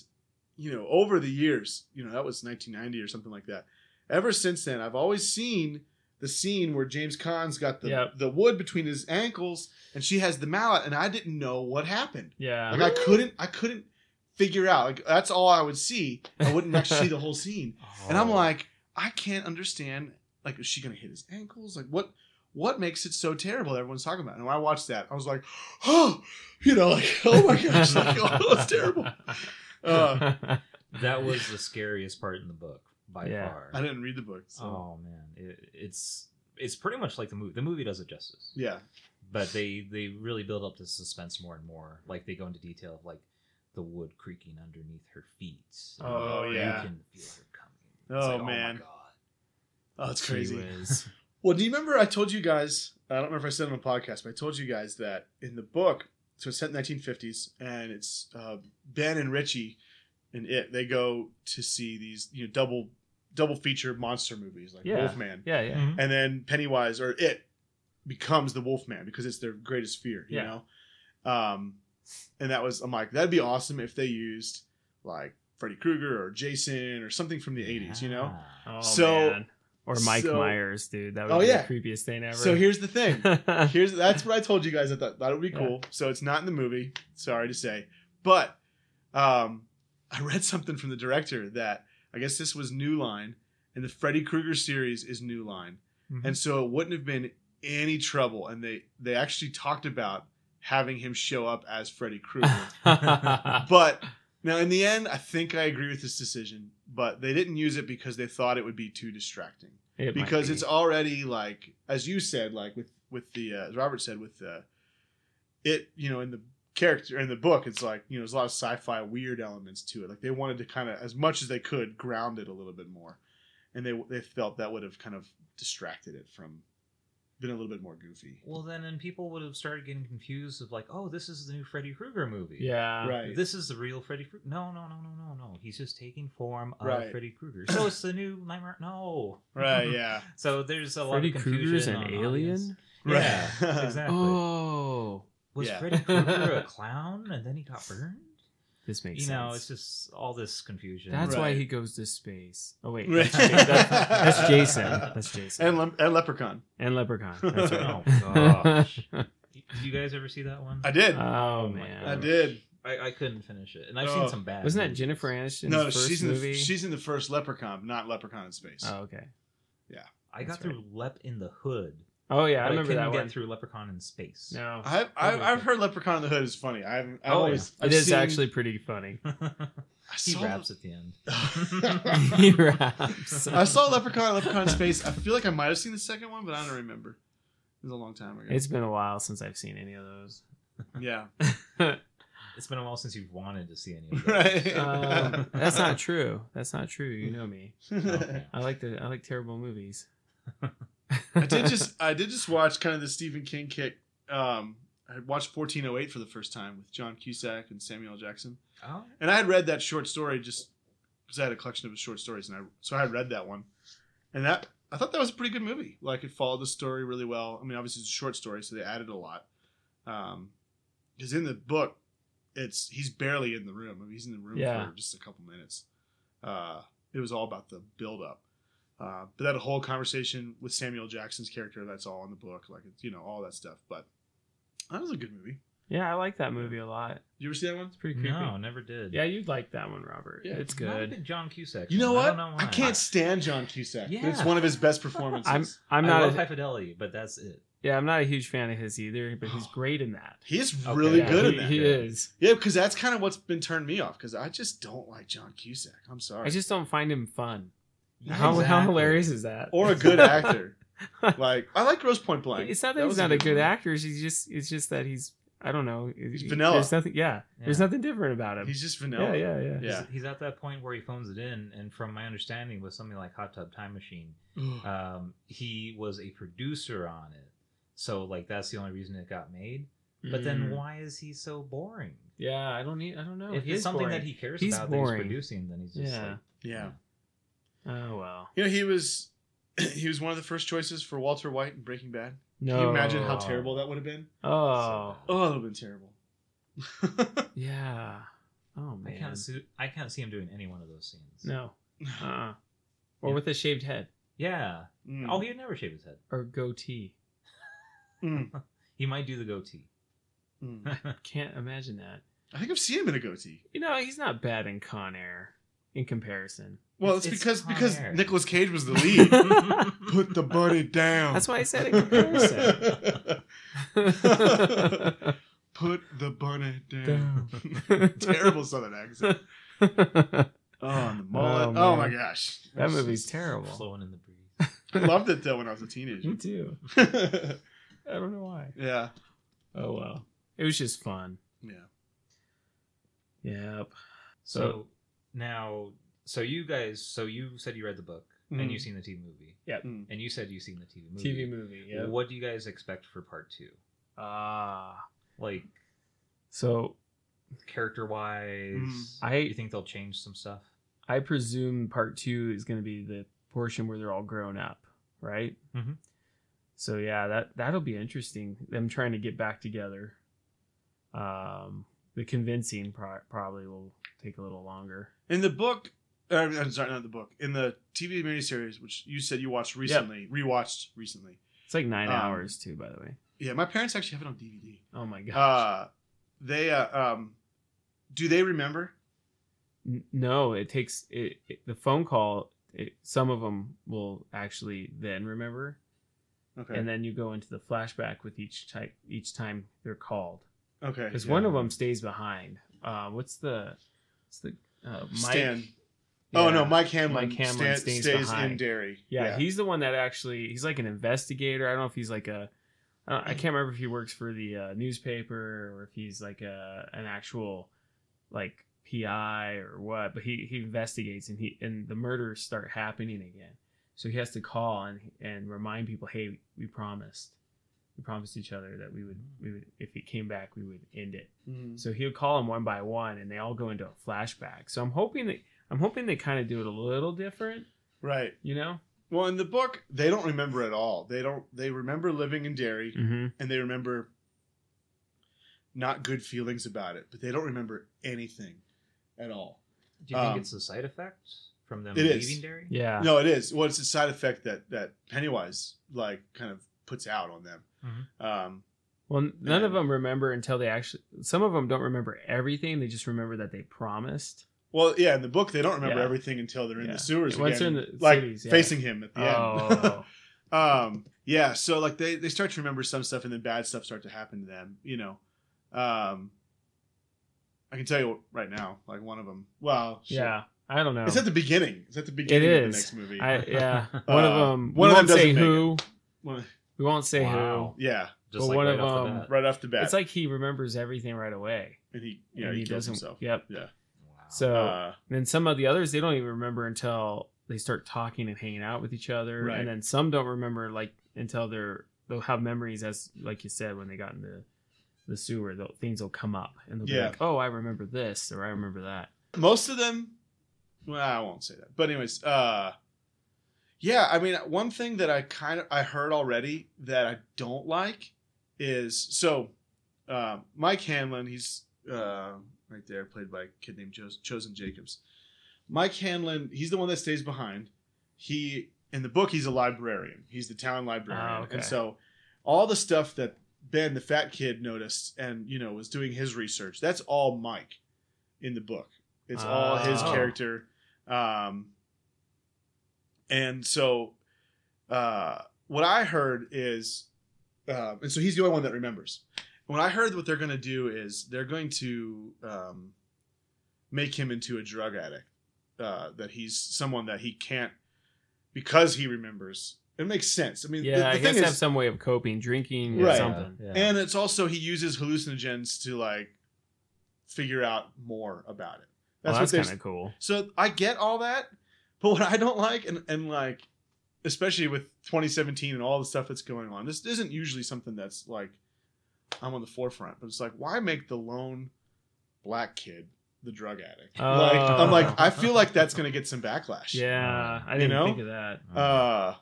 Speaker 2: you know, over the years, you know, that was 1990 or something like that. Ever since then, I've always seen the scene where James Conn's got the
Speaker 1: Yep.
Speaker 2: the wood between his ankles, and she has the mallet, and I didn't know what happened.
Speaker 1: Yeah.
Speaker 2: Like I couldn't, I couldn't figure out. Like that's all I would see. I wouldn't actually see the whole scene and I'm
Speaker 3: Oh.
Speaker 2: like, I can't understand. Like, is she gonna hit his ankles? Like, what? What makes it so terrible? That everyone's talking about. And when I watched that, I was like, (gasps) oh, you know, like, (laughs) (laughs) oh my gosh, like,
Speaker 1: (laughs)
Speaker 2: oh, (laughs) that's terrible. Uh,
Speaker 3: that was the scariest part in the book by
Speaker 1: Yeah.
Speaker 3: far.
Speaker 2: I didn't read the book. So.
Speaker 3: Oh man, it, it's it's pretty much like the movie. The movie does it justice,
Speaker 2: Yeah,
Speaker 3: but they they really build up the suspense more and more. Like they go into detail of like the wood creaking underneath her feet.
Speaker 1: Oh,
Speaker 3: you
Speaker 2: yeah.
Speaker 3: can feel her coming. It's
Speaker 2: Oh,
Speaker 3: like,
Speaker 2: man.
Speaker 3: my God.
Speaker 2: oh, that's (laughs) crazy.
Speaker 1: Gee whiz.
Speaker 2: Well, do you remember I told you guys? I don't remember if I said it on the podcast, but I told you guys that in the book, so it's set in 1950s, and it's uh, Ben and Richie and it. They go to see these, you know, double double feature monster movies like
Speaker 1: Yeah.
Speaker 2: Wolfman,
Speaker 1: Yeah, yeah.
Speaker 3: Mhm.
Speaker 2: and then Pennywise or it becomes the Wolfman because it's their greatest fear, you
Speaker 1: Yeah.
Speaker 2: know. Um, and that was I'm like that'd be awesome if they used like Freddy Krueger or Jason or something from the 80s, you know.
Speaker 3: Yeah.
Speaker 1: Oh,
Speaker 2: Hmm. So-
Speaker 1: man. or Mike
Speaker 2: so-
Speaker 1: Myers, dude. That would
Speaker 2: Oh,
Speaker 1: be
Speaker 2: yeah.
Speaker 1: the creepiest thing ever. (laughs)
Speaker 2: So here's the thing.
Speaker 1: yeah.
Speaker 2: Here's that's what I told you guys. I thought that would be
Speaker 1: Yeah.
Speaker 2: cool. So it's not in the movie. Sorry to say, but um, I read something from the director that I guess this was New Line, and the Freddy Krueger series is New Line,
Speaker 1: Mhm.
Speaker 2: and so it wouldn't have been any trouble. And they they actually talked about having him show up as
Speaker 1: (laughs)
Speaker 2: Freddy Krueger, but now in the end, I think I agree with this decision. But they didn't use it because they thought it would be too distracting
Speaker 1: It might
Speaker 2: because
Speaker 1: be.
Speaker 2: it's already like as you said like with with the uh, as robert said with uh, it you know in the character in the book it's like you know there's a lot of sci-fi weird elements to it like they wanted to kind of as much as they could ground it a little bit more and they they felt that would have kind of distracted it from been a little bit more goofy
Speaker 3: well, then, and people would have started getting confused of like, oh, this is the new Freddy Krueger movie.
Speaker 1: yeah.
Speaker 2: right
Speaker 3: This is the real Freddy Krueger. No, no, no, no, no, no. He's just taking form of
Speaker 2: Right.
Speaker 3: Freddy Krueger. So it's the new Nightmare. No.
Speaker 2: (laughs)
Speaker 1: (laughs)
Speaker 2: right yeah
Speaker 3: So there's a
Speaker 1: Freddy
Speaker 3: lot of confusion.
Speaker 1: Krueger's an
Speaker 3: on audience.
Speaker 1: alien?
Speaker 3: Yeah,
Speaker 2: Right.
Speaker 3: exactly.
Speaker 1: Oh.
Speaker 3: Was
Speaker 2: Yeah.
Speaker 3: Freddy
Speaker 2: (laughs)
Speaker 3: Krueger a clown and then he got burned?
Speaker 1: This makes
Speaker 3: you
Speaker 1: sense.
Speaker 3: know, it's just all this confusion.
Speaker 1: That's why
Speaker 2: Right.
Speaker 1: he goes to space. Oh
Speaker 2: (laughs)
Speaker 1: wait,
Speaker 2: Right.
Speaker 1: that's, Ja- that's- that's Jason. That's Jason.
Speaker 2: and, le- and leprechaun
Speaker 1: And Leprechaun. That's
Speaker 3: Oh
Speaker 2: (laughs)
Speaker 1: right. (laughs)
Speaker 3: gosh! Did you guys ever see that one?
Speaker 2: i did
Speaker 1: oh
Speaker 3: my
Speaker 1: man,
Speaker 2: (laughs) i did
Speaker 3: I, I couldn't finish it, and I've
Speaker 2: Oh.
Speaker 3: seen some bad.
Speaker 1: Wasn't that
Speaker 3: movies.
Speaker 1: Jennifer Aniston's
Speaker 2: no
Speaker 1: first
Speaker 2: she's in
Speaker 1: movie?
Speaker 2: the she's in the first leprechaun not leprechaun in space
Speaker 1: oh okay.
Speaker 3: I got
Speaker 1: That's right.
Speaker 3: through Lep in the Hood.
Speaker 1: Oh yeah,
Speaker 3: but
Speaker 1: I remember
Speaker 3: couldn't
Speaker 1: that
Speaker 3: get
Speaker 1: one.
Speaker 3: through Leprechaun in Space.
Speaker 1: No,
Speaker 2: I've,
Speaker 1: Oh,
Speaker 2: I've, I've heard Leprechaun in the Hood is funny. I've, I've
Speaker 3: Oh,
Speaker 2: always
Speaker 1: it
Speaker 2: I've
Speaker 1: is
Speaker 2: seen-
Speaker 1: actually pretty
Speaker 2: (laughs)
Speaker 1: funny. (laughs)
Speaker 2: I
Speaker 3: (laughs) he
Speaker 2: saw,
Speaker 3: raps at the end.
Speaker 1: he raps.
Speaker 2: I saw Leprechaun in Leprechaun in Space. I feel like I might have seen the second one, but I don't remember. It was a long time ago.
Speaker 1: It's been a while since I've seen any of those. (laughs)
Speaker 2: yeah, (laughs)
Speaker 3: It's been a while since you've wanted to see any of
Speaker 1: (laughs)
Speaker 3: Oh, that.
Speaker 2: right.
Speaker 1: Um, that's not true. That's not true. You know me. (laughs)
Speaker 3: Okay.
Speaker 1: I like the I like terrible movies.
Speaker 2: (laughs) I
Speaker 1: (laughs)
Speaker 2: did just I did just watch kind of the Stephen King kick. Um, I watched 1408 for the first time with John Cusack and Samuel L. Jackson.
Speaker 3: Oh,
Speaker 2: and I had read that short story just because I had a collection of his short stories, and I so I had read that one, and that I thought that was a pretty good movie. Like it followed the story really well. I mean, obviously it's a short story, so they added a lot. Um, because in the book, it's he's barely in the room. I mean, he's in the room
Speaker 1: Yeah.
Speaker 2: for just a couple minutes. Uh, it was all about the build up. Uh, but that whole conversation with Samuel Jackson's character, that's all in the book. Like, it's, you know, all that stuff. But that was a good movie.
Speaker 1: yeah, I like that movie a lot.
Speaker 2: You ever see that one?
Speaker 1: It's pretty creepy.
Speaker 3: No, never did.
Speaker 1: Yeah, you'd like that one, Robert.
Speaker 2: Yeah.
Speaker 1: it's
Speaker 3: I'm not a
Speaker 1: good.
Speaker 3: big John Cusack.
Speaker 2: You know
Speaker 3: fan. I
Speaker 2: what?
Speaker 3: don't know
Speaker 2: I
Speaker 3: why.
Speaker 2: can't stand John Cusack. But it's
Speaker 3: Yeah.
Speaker 2: one of his best performances.
Speaker 1: I'm
Speaker 3: i
Speaker 1: I'm not
Speaker 3: love
Speaker 1: a,
Speaker 3: High Fidelity, but that's it.
Speaker 1: yeah I'm not a huge fan of his either, but
Speaker 2: (gasps)
Speaker 1: he's great in that.
Speaker 2: He's
Speaker 3: Okay.
Speaker 2: really
Speaker 1: Yeah,
Speaker 2: good
Speaker 1: he,
Speaker 2: in that.
Speaker 1: He is.
Speaker 2: Yeah, because that's kind of what's been turned me off. Because I just don't like John Cusack. I'm sorry.
Speaker 1: I just don't find him fun.
Speaker 3: Yeah,
Speaker 1: How, how
Speaker 3: exactly.
Speaker 1: hilarious is that?
Speaker 2: or a
Speaker 1: (laughs)
Speaker 2: good actor. like I like Rose Point Blank.
Speaker 1: It's not that,
Speaker 2: was
Speaker 1: he's not a good
Speaker 2: one.
Speaker 1: actor. He's just it's just that he's I don't know.
Speaker 2: He's
Speaker 1: He-
Speaker 2: vanilla.
Speaker 1: There's nothing. Yeah, there's
Speaker 3: Yeah.
Speaker 1: nothing different about him.
Speaker 2: He's just
Speaker 1: yeah,
Speaker 2: vanilla.
Speaker 1: yeah, yeah,
Speaker 2: Yeah.
Speaker 3: He's, he's at that point where he phones it in, and from my understanding, with something like Hot Tub Time Machine, um, he was a producer on it. So like that's the only reason it got made. But then
Speaker 1: Mm.
Speaker 3: why is he so boring?
Speaker 1: yeah, I don't need. I don't know.
Speaker 3: if
Speaker 1: He
Speaker 3: it's
Speaker 1: is
Speaker 3: something
Speaker 1: boring.
Speaker 3: that he cares
Speaker 1: He's
Speaker 3: about that
Speaker 1: boring.
Speaker 3: he's producing, then he's just
Speaker 1: Yeah.
Speaker 3: like,
Speaker 2: yeah.
Speaker 1: Oh well.
Speaker 2: You know, he was (clears throat) he was one of the first choices for Walter White in Breaking Bad.
Speaker 1: No.
Speaker 2: Can you imagine how terrible that would have been?
Speaker 1: Oh.
Speaker 2: Oh, that would have been terrible. (laughs)
Speaker 1: Yeah. Oh man.
Speaker 3: I can't see. I can't see him doing any one of those scenes.
Speaker 1: No. Uh.
Speaker 2: Mm.
Speaker 1: uh Or
Speaker 3: Yeah.
Speaker 1: with a shaved head
Speaker 3: Yeah. Oh, he would never shave his head.
Speaker 1: or goatee.
Speaker 2: Mm.
Speaker 3: He might do
Speaker 1: (laughs)
Speaker 3: the goatee.
Speaker 2: Mm.
Speaker 1: Can't imagine that.
Speaker 2: I think I've seen him in a goatee.
Speaker 1: You know, he's not bad in Con Air in comparison.
Speaker 2: Well, it's,
Speaker 3: It's- it's
Speaker 2: because
Speaker 3: Con
Speaker 2: because
Speaker 3: Air.
Speaker 2: Nicolas Cage was the lead.
Speaker 1: (laughs)
Speaker 2: Put the bunny down.
Speaker 1: That's why I said in comparison.
Speaker 2: (laughs)
Speaker 1: (laughs)
Speaker 2: Put the bunny down.
Speaker 1: Down.
Speaker 2: (laughs) Terrible Southern accent.
Speaker 1: that
Speaker 2: (laughs) Oh, and the mullet.
Speaker 1: man.
Speaker 2: Oh, my gosh.
Speaker 1: movie's terrible.
Speaker 3: Flowing in the
Speaker 1: (laughs)
Speaker 2: I
Speaker 3: breeze.
Speaker 2: loved it though when I was a teenager.
Speaker 1: Me too. I don't know why.
Speaker 2: (laughs) yeah.
Speaker 1: Oh well. It was just fun.
Speaker 2: Yeah.
Speaker 1: Yep.
Speaker 3: So,
Speaker 1: So-
Speaker 3: now, so you guys, so you said you read the book and
Speaker 2: Mhm.
Speaker 1: Mm.
Speaker 3: you've seen the TV movie.
Speaker 1: Yep.
Speaker 2: Mm.
Speaker 3: And you said you've seen the TV movie.
Speaker 1: TV movie. Yep.
Speaker 3: What do you guys expect for part two?
Speaker 1: Ah.
Speaker 3: Like
Speaker 1: so
Speaker 3: character wise,
Speaker 2: Mm.
Speaker 1: I-
Speaker 3: you think they'll change some stuff?
Speaker 1: I presume part two is going to be the portion where they're all grown up, right?
Speaker 3: Mhm.
Speaker 1: So yeah, that that'll be interesting. Them trying to get back together. Um, the convincing pro- probably will take a little longer.
Speaker 2: In the book, uh, I'm sorry, not the book. In the TV miniseries, which you said you watched recently, rewatched recently.
Speaker 1: It's like nine
Speaker 2: Um,
Speaker 1: hours too, by the way.
Speaker 2: Yeah, my parents actually have it on DVD.
Speaker 1: Oh my gosh.
Speaker 2: Uh, they uh, um, do they remember?
Speaker 1: N- no, it takes it, it- the phone call. It, some of them will actually then remember,
Speaker 2: Okay.
Speaker 1: and then you go into the flashback with each type each time they're called.
Speaker 2: okay.
Speaker 1: Because
Speaker 3: Yeah.
Speaker 1: one of them stays behind. Uh, what's the, what's the uh, Mike?
Speaker 2: Stan. Oh no,
Speaker 1: Yeah.
Speaker 2: Mike Hamlin.
Speaker 1: Mike Hamlin
Speaker 2: Stan-
Speaker 1: stays
Speaker 2: stays in
Speaker 1: behind.
Speaker 2: Derry.
Speaker 1: Yeah, he's the one that actually he's like an investigator. I don't know if he's like a, I don't- I can't remember if he works for the uh, newspaper or if he's like a an actual, like PI or what. But he he investigates and he and the murders start happening again. So he has to call and and remind people, hey, we promised, we promised each other that we would we would if it came back we would end it.
Speaker 2: Mhm.
Speaker 1: So he'll call them one by one, and they all go into a flashback. So I'm hoping that I'm hoping they kind of do it a little different,
Speaker 2: right.
Speaker 1: you know?
Speaker 2: Well, in the book, they don't remember at all. They don't. They remember living in Derry,
Speaker 1: Mm-hmm.
Speaker 2: and they remember not good feelings about it, but they don't remember anything at all.
Speaker 3: Do you think
Speaker 2: Um,
Speaker 3: it's a side effect from them
Speaker 2: it
Speaker 3: leaving
Speaker 2: is.
Speaker 3: Derry?
Speaker 1: Yeah.
Speaker 2: No, it is. Well, it's a side effect that that Pennywise like kind of puts out on them.
Speaker 1: Mm-hmm.
Speaker 2: Um,
Speaker 1: Well, none of
Speaker 2: Man.
Speaker 1: them remember until they actually. Some of them don't remember everything. They just remember that they promised.
Speaker 2: well, yeah, in the book they don't remember
Speaker 1: Yeah.
Speaker 2: everything until they're in
Speaker 1: Yeah.
Speaker 2: the sewers.
Speaker 1: Once
Speaker 2: again,
Speaker 1: they're in the
Speaker 2: like
Speaker 1: cities, yeah.
Speaker 2: facing him at the end.
Speaker 1: Oh,
Speaker 2: um yeah so like they they start to remember some stuff and then bad stuff start to happen to them you know um i can tell you right now like one of them well (laughs) shit.
Speaker 1: yeah. I don't know.
Speaker 2: it's at the beginning it's at the beginning of
Speaker 1: Oh. is.
Speaker 2: the next movie (laughs)
Speaker 1: I yeah. One of
Speaker 2: Uh,
Speaker 1: them.
Speaker 2: one
Speaker 1: we
Speaker 2: of them
Speaker 1: won't say
Speaker 2: doesn't make
Speaker 1: who.
Speaker 2: Well,
Speaker 1: We won't say
Speaker 3: Wow.
Speaker 2: yeah
Speaker 3: Just
Speaker 1: But
Speaker 3: like
Speaker 1: one
Speaker 3: right
Speaker 1: of,
Speaker 3: off
Speaker 1: um,
Speaker 3: the bat.
Speaker 2: right off the
Speaker 1: who.
Speaker 2: bat
Speaker 1: It's like he remembers everything right away.
Speaker 2: and he yeah
Speaker 1: and
Speaker 2: he, kills himself
Speaker 1: Yep.
Speaker 2: yeah
Speaker 3: Wow.
Speaker 1: So
Speaker 2: uh,
Speaker 1: And then some of the others, they don't even remember until they start talking and hanging out with each other.
Speaker 2: Right.
Speaker 1: And then some don't remember like until they're they'll have memories as like you said when they got in the the sewer. They'll, things will come up and they'll
Speaker 2: Yeah.
Speaker 1: be like, "Oh, I remember this," or "I remember that."
Speaker 2: most of them well i won't say that but anyways uh yeah i mean one thing that i kind of i heard already that i don't like is so uh, mike hanlon he's uh right there played by a kid named Jos- chosen jacobs mike hanlon he's the one that stays behind he in the book he's a librarian he's the town librarian
Speaker 1: Oh, okay.
Speaker 2: and so all the stuff that Ben, the fat kid, noticed and you know was doing his research. That's all Mike in the book. It's all his
Speaker 3: Oh.
Speaker 2: character, um, and so uh, what I heard is, uh, and so he's the only one that remembers. What I heard what they're going to do is they're going to um, make him into a drug addict. Uh, that he's someone that he can't because he remembers. It makes sense. I mean,
Speaker 1: yeah, I guess have some way of coping, drinking or
Speaker 2: Right.
Speaker 1: something.
Speaker 3: Yeah.
Speaker 2: and it's also he uses hallucinogens to like figure out more about it.
Speaker 1: That's,
Speaker 2: That's
Speaker 1: well,
Speaker 2: what
Speaker 1: that's
Speaker 2: they.
Speaker 1: kind of cool.
Speaker 2: So I get all that, but what I don't like, and and like, especially with 2017 and all the stuff that's going on, this isn't usually something that's like I'm on the forefront. But it's like, why make the lone black kid the drug addict? (laughs) Like I'm like, I feel like that's gonna get some
Speaker 1: Uh, (laughs)
Speaker 2: backlash.
Speaker 1: Oh. Yeah, I
Speaker 2: You
Speaker 1: didn't
Speaker 2: know?
Speaker 1: think of that.
Speaker 2: Uh,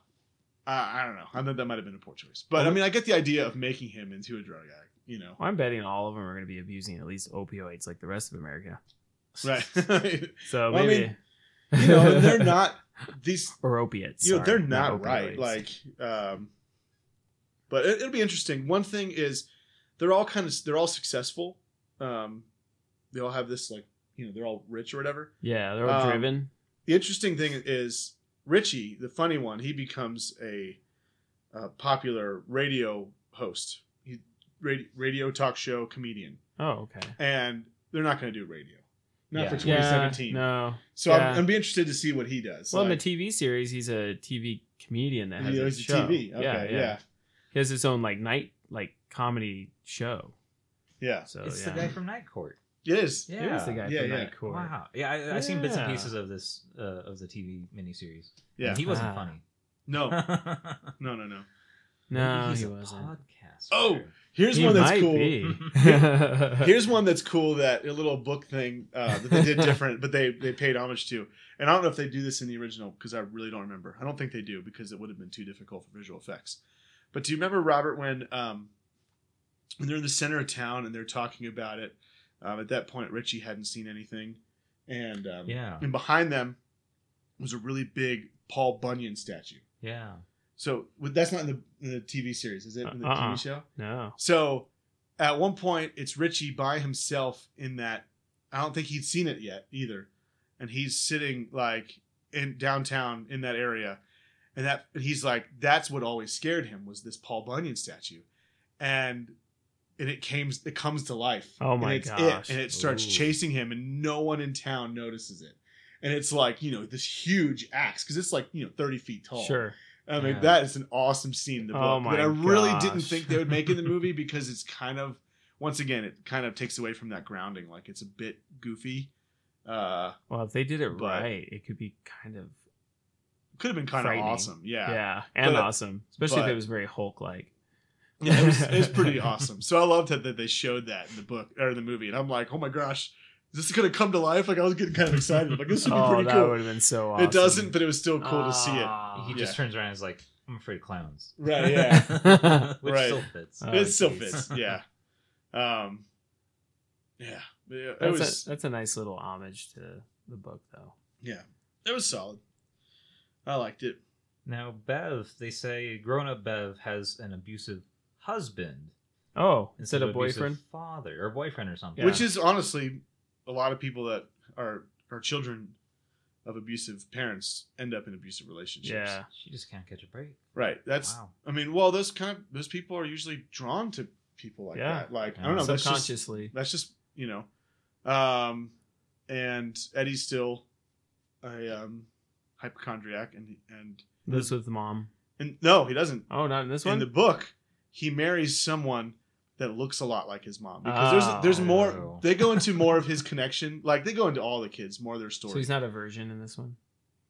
Speaker 2: I, I don't know. I thought that might have been a poor choice, but I mean, I get the idea of making him into a drug addict. You know,
Speaker 1: Well, I'm betting all of them are going to be abusing at least opioids like the rest of America.
Speaker 2: (laughs) right? you
Speaker 1: So
Speaker 2: Well, I
Speaker 1: maybe
Speaker 2: know, they're
Speaker 1: (laughs)
Speaker 2: not these.
Speaker 1: or opiates.
Speaker 2: You know, they're
Speaker 1: sorry,
Speaker 2: not
Speaker 1: opioids.
Speaker 2: right. Like, um, but it, it'll be interesting. One thing is, they're all kind of they're all successful. Um, they all have this like you know they're all rich or whatever.
Speaker 1: yeah, they're all
Speaker 2: um,
Speaker 1: driven.
Speaker 2: The interesting thing is Richie, the funny one. He becomes a, uh popular radio host. He radio, radio talk show comedian.
Speaker 1: Oh, okay.
Speaker 2: and they're not going to do radio, not for
Speaker 3: Yeah.
Speaker 1: Yeah,
Speaker 2: 2017.
Speaker 1: no.
Speaker 2: So
Speaker 1: yeah.
Speaker 2: I'm, I'm be interested to see what he does.
Speaker 1: Well, in the
Speaker 2: Like,
Speaker 1: TV series, he's a TV comedian that has
Speaker 2: he
Speaker 1: a
Speaker 2: owns the
Speaker 1: show.
Speaker 2: TV. Okay, yeah, yeah.
Speaker 1: He has his own like night like comedy show. So
Speaker 3: it's
Speaker 1: yeah,
Speaker 3: the guy from Night Court.
Speaker 2: It is.
Speaker 1: It is the guy
Speaker 2: Yeah,
Speaker 1: from
Speaker 2: yeah.
Speaker 1: Night Court.
Speaker 3: Wow. Yeah, I, I seen bits and
Speaker 1: Yeah.
Speaker 3: pieces of this uh, of the TV miniseries.
Speaker 2: Yeah.
Speaker 3: And he wasn't
Speaker 1: Ah.
Speaker 3: (laughs) funny.
Speaker 1: (laughs)
Speaker 2: No, no, no, no.
Speaker 1: No,
Speaker 3: Maybe he's
Speaker 1: he
Speaker 3: a
Speaker 1: wasn't.
Speaker 3: Podcaster.
Speaker 2: Oh, Here's
Speaker 1: he
Speaker 2: one that's
Speaker 1: might
Speaker 2: cool.
Speaker 1: be.
Speaker 2: (laughs) Here's one that's cool that a little book thing uh, that
Speaker 1: (laughs)
Speaker 2: they did different, but they they paid homage to. And I don't know if they do this in the original because I really don't remember. I don't think they do because it would have been too difficult for visual effects. But do you remember Robert when um, when they're in the center of town and they're talking about it? Um, at that point, Richie hadn't seen anything, and um,
Speaker 3: Yeah.
Speaker 2: and behind them was a really big Paul Bunyan statue.
Speaker 3: Yeah.
Speaker 2: So with- that's not in the, in the TV series, is it? In the
Speaker 1: Uh-uh.
Speaker 2: TV show?
Speaker 1: (laughs) no.
Speaker 2: So at one point, it's Richie by himself in that. I don't think he'd seen it yet either, and he's sitting like in downtown in that area, and that and he's like, that's what always scared him was this Paul Bunyan statue, and and it came it comes to life.
Speaker 1: Oh my
Speaker 2: and it's
Speaker 1: gosh.
Speaker 2: It, and it starts
Speaker 3: Ooh.
Speaker 2: chasing him, and no one in town notices it. And it's like you know this huge axe because it's like you know thirty feet tall.
Speaker 1: Sure.
Speaker 2: I mean,
Speaker 3: Yeah.
Speaker 2: that is an awesome scene in the book.
Speaker 1: Oh
Speaker 2: but
Speaker 1: my
Speaker 2: I really didn't
Speaker 1: gosh.
Speaker 2: think they would make it in
Speaker 1: (laughs)
Speaker 2: the movie because it's kind of, once again, it kind of takes away from that grounding. Like it's a bit goofy. Uh,
Speaker 1: Well, if they did it
Speaker 2: But-
Speaker 1: right, it could be kind of
Speaker 2: could have been kind of
Speaker 1: Frightening.
Speaker 2: awesome.
Speaker 1: yeah,
Speaker 2: Yeah.
Speaker 1: and
Speaker 2: But-
Speaker 1: awesome, especially
Speaker 2: but-
Speaker 1: if it was very Hulk
Speaker 2: (laughs)
Speaker 1: like.
Speaker 2: yeah. it, was, it
Speaker 1: (laughs)
Speaker 2: was pretty awesome. So I loved that, that they showed that in the book or the movie. And I'm like, oh my gosh, is this going to come to life? Like I was getting kind of excited. Like this would be
Speaker 1: (laughs) Oh,
Speaker 2: pretty
Speaker 1: that
Speaker 2: cool.
Speaker 1: would have been so awesome.
Speaker 2: It doesn't, but it was still cool to see it.
Speaker 3: He
Speaker 2: Ah. Yeah.
Speaker 3: just turns around and is like, I'm afraid of clowns. (laughs)
Speaker 1: (laughs)
Speaker 2: Right. Yeah.
Speaker 3: Which
Speaker 2: Right.
Speaker 3: still fits.
Speaker 1: Uh,
Speaker 2: it still
Speaker 1: geez.
Speaker 2: fits.
Speaker 1: (laughs)
Speaker 2: Yeah. Um, yeah. Yeah, It
Speaker 1: That's,
Speaker 2: was,
Speaker 1: a, that's a nice little homage to the book, though.
Speaker 2: yeah. It was solid. I liked it.
Speaker 3: (laughs) now, Bev, they say grown up Bev has an abusive husband
Speaker 1: Oh, instead of
Speaker 3: abusive
Speaker 1: boyfriend,
Speaker 3: father, or boyfriend, or something.
Speaker 2: which is honestly a lot of people that are are children of abusive parents end up in abusive relationships.
Speaker 1: yeah,
Speaker 3: she just can't catch a break.
Speaker 2: right. That's
Speaker 3: wow.
Speaker 2: I mean, well, those kind of those people are usually drawn to people like
Speaker 1: Yeah.
Speaker 2: that. Like I
Speaker 3: Yeah.
Speaker 2: don't know, that's just
Speaker 1: subconsciously.
Speaker 2: that's just you know, um, and Eddie's still a um, hypochondriac, and and
Speaker 1: Lives with mom.
Speaker 2: and no, he doesn't.
Speaker 1: Oh, not in this
Speaker 2: In
Speaker 1: one.
Speaker 2: the book, he marries someone that looks a lot like his mom because there's there's
Speaker 1: Oh.
Speaker 2: more. They go into more
Speaker 1: (laughs)
Speaker 2: of his connection. Like they go into all the kids, more of their story.
Speaker 1: so he's not a virgin in this one,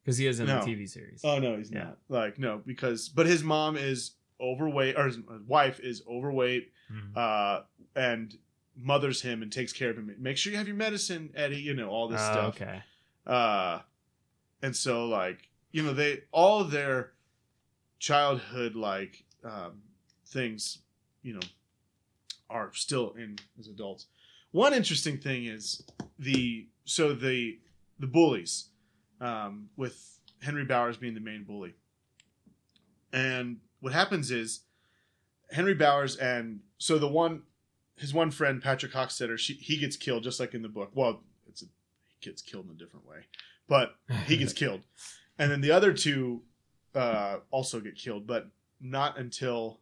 Speaker 1: because he is in
Speaker 2: No.
Speaker 1: the TV series.
Speaker 2: oh no, he's
Speaker 1: Yeah.
Speaker 2: not. Like no, because but his mom is overweight, or his wife is overweight,
Speaker 3: Mhm.
Speaker 2: uh, and mothers him and takes care of him. Make sure you have your medicine, Eddie. You know all this
Speaker 1: Oh,
Speaker 2: stuff.
Speaker 1: okay.
Speaker 2: uh and so like you know they all their childhood like um things you know are still in as adults one interesting thing is the so the the bullies um with henry bowers being the main bully and what happens is Henry Bowers and so the one his one friend Patrick Hockstetter, she, he gets killed just like in the book. Well, it's a, he gets killed in a different way, but he gets killed, and then the other two uh, also get killed, but not until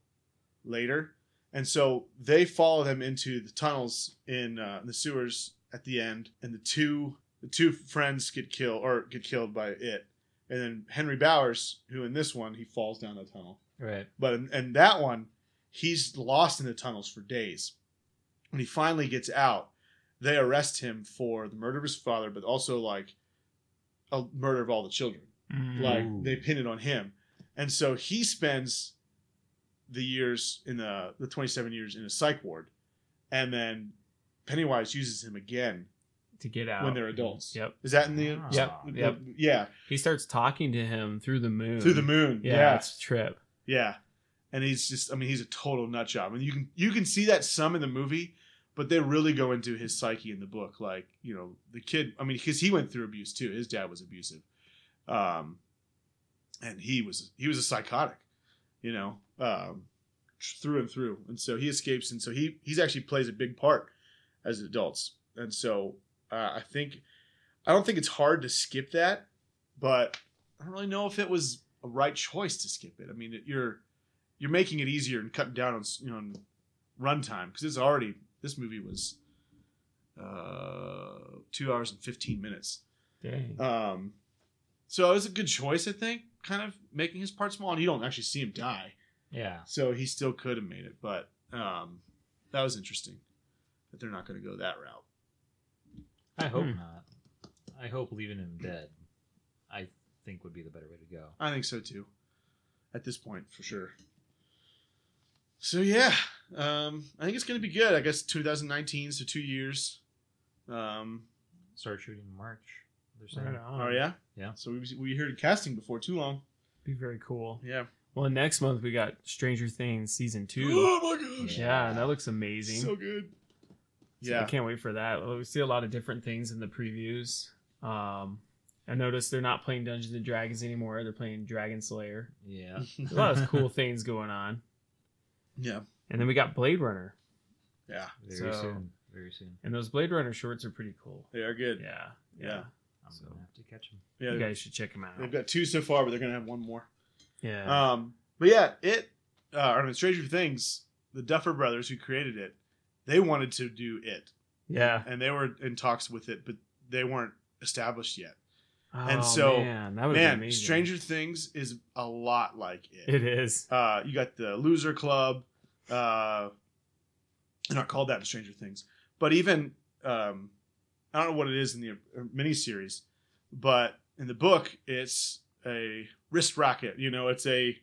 Speaker 2: later. And so they follow them into the tunnels in uh, the sewers at the end, and the two the two friends get killed or get killed by it, and then Henry Bowers, who in this one he falls down the tunnel,
Speaker 3: Right.
Speaker 2: but in, in that one he's lost in the tunnels for days. When he finally gets out, they arrest him for the murder of his father, but also like a murder of all the children
Speaker 1: (laughs) Mm.
Speaker 2: like
Speaker 3: Ooh.
Speaker 2: they pin it on him and so he spends the years in the the 27 years in a psych ward and then pennywise uses him again
Speaker 1: to get out
Speaker 2: when they're adults
Speaker 1: Yep.
Speaker 2: is that in the
Speaker 3: Ah.
Speaker 1: Yep,
Speaker 2: the-
Speaker 1: yep.
Speaker 2: yeah
Speaker 1: He starts talking to him through the moon.
Speaker 2: through the moon
Speaker 1: Yeah,
Speaker 2: yeah
Speaker 1: it's a trip.
Speaker 2: yeah and he's just i mean he's a total nut job and you can you can see that some in the movie but they really go into his psyche in the book like you know the kid i mean because he went through abuse too his dad was abusive um and he was he was a psychotic you know um through and through and so he escapes and so he he's actually plays a big part as adults and so uh, i think i don't think it's hard to skip that but i don't really know if it was a right choice to skip it i mean it, you're you're making it easier and cutting down on s- you know on runtime because it's already this movie was uh two hours and 15 minutes
Speaker 1: Dang.
Speaker 2: um, so it was a good choice, I think, kind of making his part small, and you don't actually see him die,
Speaker 3: Yeah.
Speaker 2: so he still could have made it. But um, that was interesting that they're not going to go that route.
Speaker 3: I hope
Speaker 1: Hmm.
Speaker 3: not. I hope leaving him dead. I think would be the better way to go.
Speaker 2: I think so too, at this point for sure. So yeah, um, I think it's going to be good. I guess 2019, so two years. Um,
Speaker 3: Start shooting in March. They're saying.
Speaker 1: Right on.
Speaker 2: oh yeah,
Speaker 3: Yeah.
Speaker 2: So we we heard casting before too long.
Speaker 1: Be very cool.
Speaker 2: Yeah.
Speaker 1: Well, next month we got Stranger Things season
Speaker 2: (gasps)
Speaker 1: two.
Speaker 2: Oh my gosh,
Speaker 1: yeah, that looks amazing.
Speaker 2: so good.
Speaker 1: So I can't wait for that. Well, We see a lot of different things in the previews. Um, I noticed they're not playing Dungeons and Dragons anymore. They're playing Dragon Slayer. (laughs)
Speaker 3: Yeah.
Speaker 1: There's a lot of cool things going on.
Speaker 2: (laughs) yeah,
Speaker 1: And then we got Blade Runner,
Speaker 2: yeah.
Speaker 3: Very
Speaker 1: So-
Speaker 3: soon. Very soon.
Speaker 1: and those Blade Runner shorts are pretty cool.
Speaker 2: They are good.
Speaker 1: Yeah, yeah.
Speaker 2: Yeah.
Speaker 3: I'm
Speaker 1: So-
Speaker 3: gonna have to catch him.
Speaker 2: Yeah,
Speaker 1: You
Speaker 2: they've-
Speaker 1: guys should check them out.
Speaker 2: they've got two so far, but they're gonna have one more.
Speaker 1: Yeah,
Speaker 2: Um, but yeah, it. Uh, I mean, Stranger Things, the Duffer Brothers who created it, they wanted to do it,
Speaker 1: yeah.
Speaker 2: and they were in talks with it, but they weren't established yet.
Speaker 1: Oh,
Speaker 2: and so-
Speaker 1: man, that would be
Speaker 2: Man,
Speaker 1: amazing.
Speaker 2: Stranger Things is a lot like it.
Speaker 1: It is.
Speaker 2: Uh, you got the Loser Club. Uh, they're not called that in Stranger Things, but even um, I don't know what it is in the uh, miniseries, but in the book, it's a wrist rocket. You know, it's a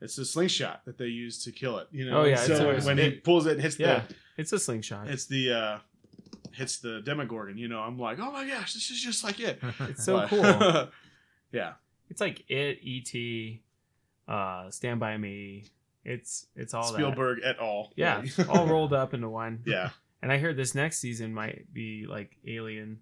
Speaker 2: it's a slingshot that they use to kill it. You know,
Speaker 1: Oh, yeah,
Speaker 2: And
Speaker 1: it's
Speaker 2: so
Speaker 1: always
Speaker 2: when he
Speaker 1: been-
Speaker 2: pulls it, and hits
Speaker 1: Yeah, it's a slingshot.
Speaker 2: the it's the uh, hits the Demogorgon. You know, I'm like, oh my gosh, this is just like it.
Speaker 1: (laughs)
Speaker 3: (laughs)
Speaker 1: It's so
Speaker 2: But- (laughs)
Speaker 1: cool.
Speaker 2: yeah,
Speaker 1: It's like it, E.T., uh, Stand by Me. It's it's all
Speaker 2: Spielberg et al.
Speaker 1: that. Yeah, it's all rolled up into one.
Speaker 2: (laughs) yeah.
Speaker 1: And I heard this next season might be like Alien.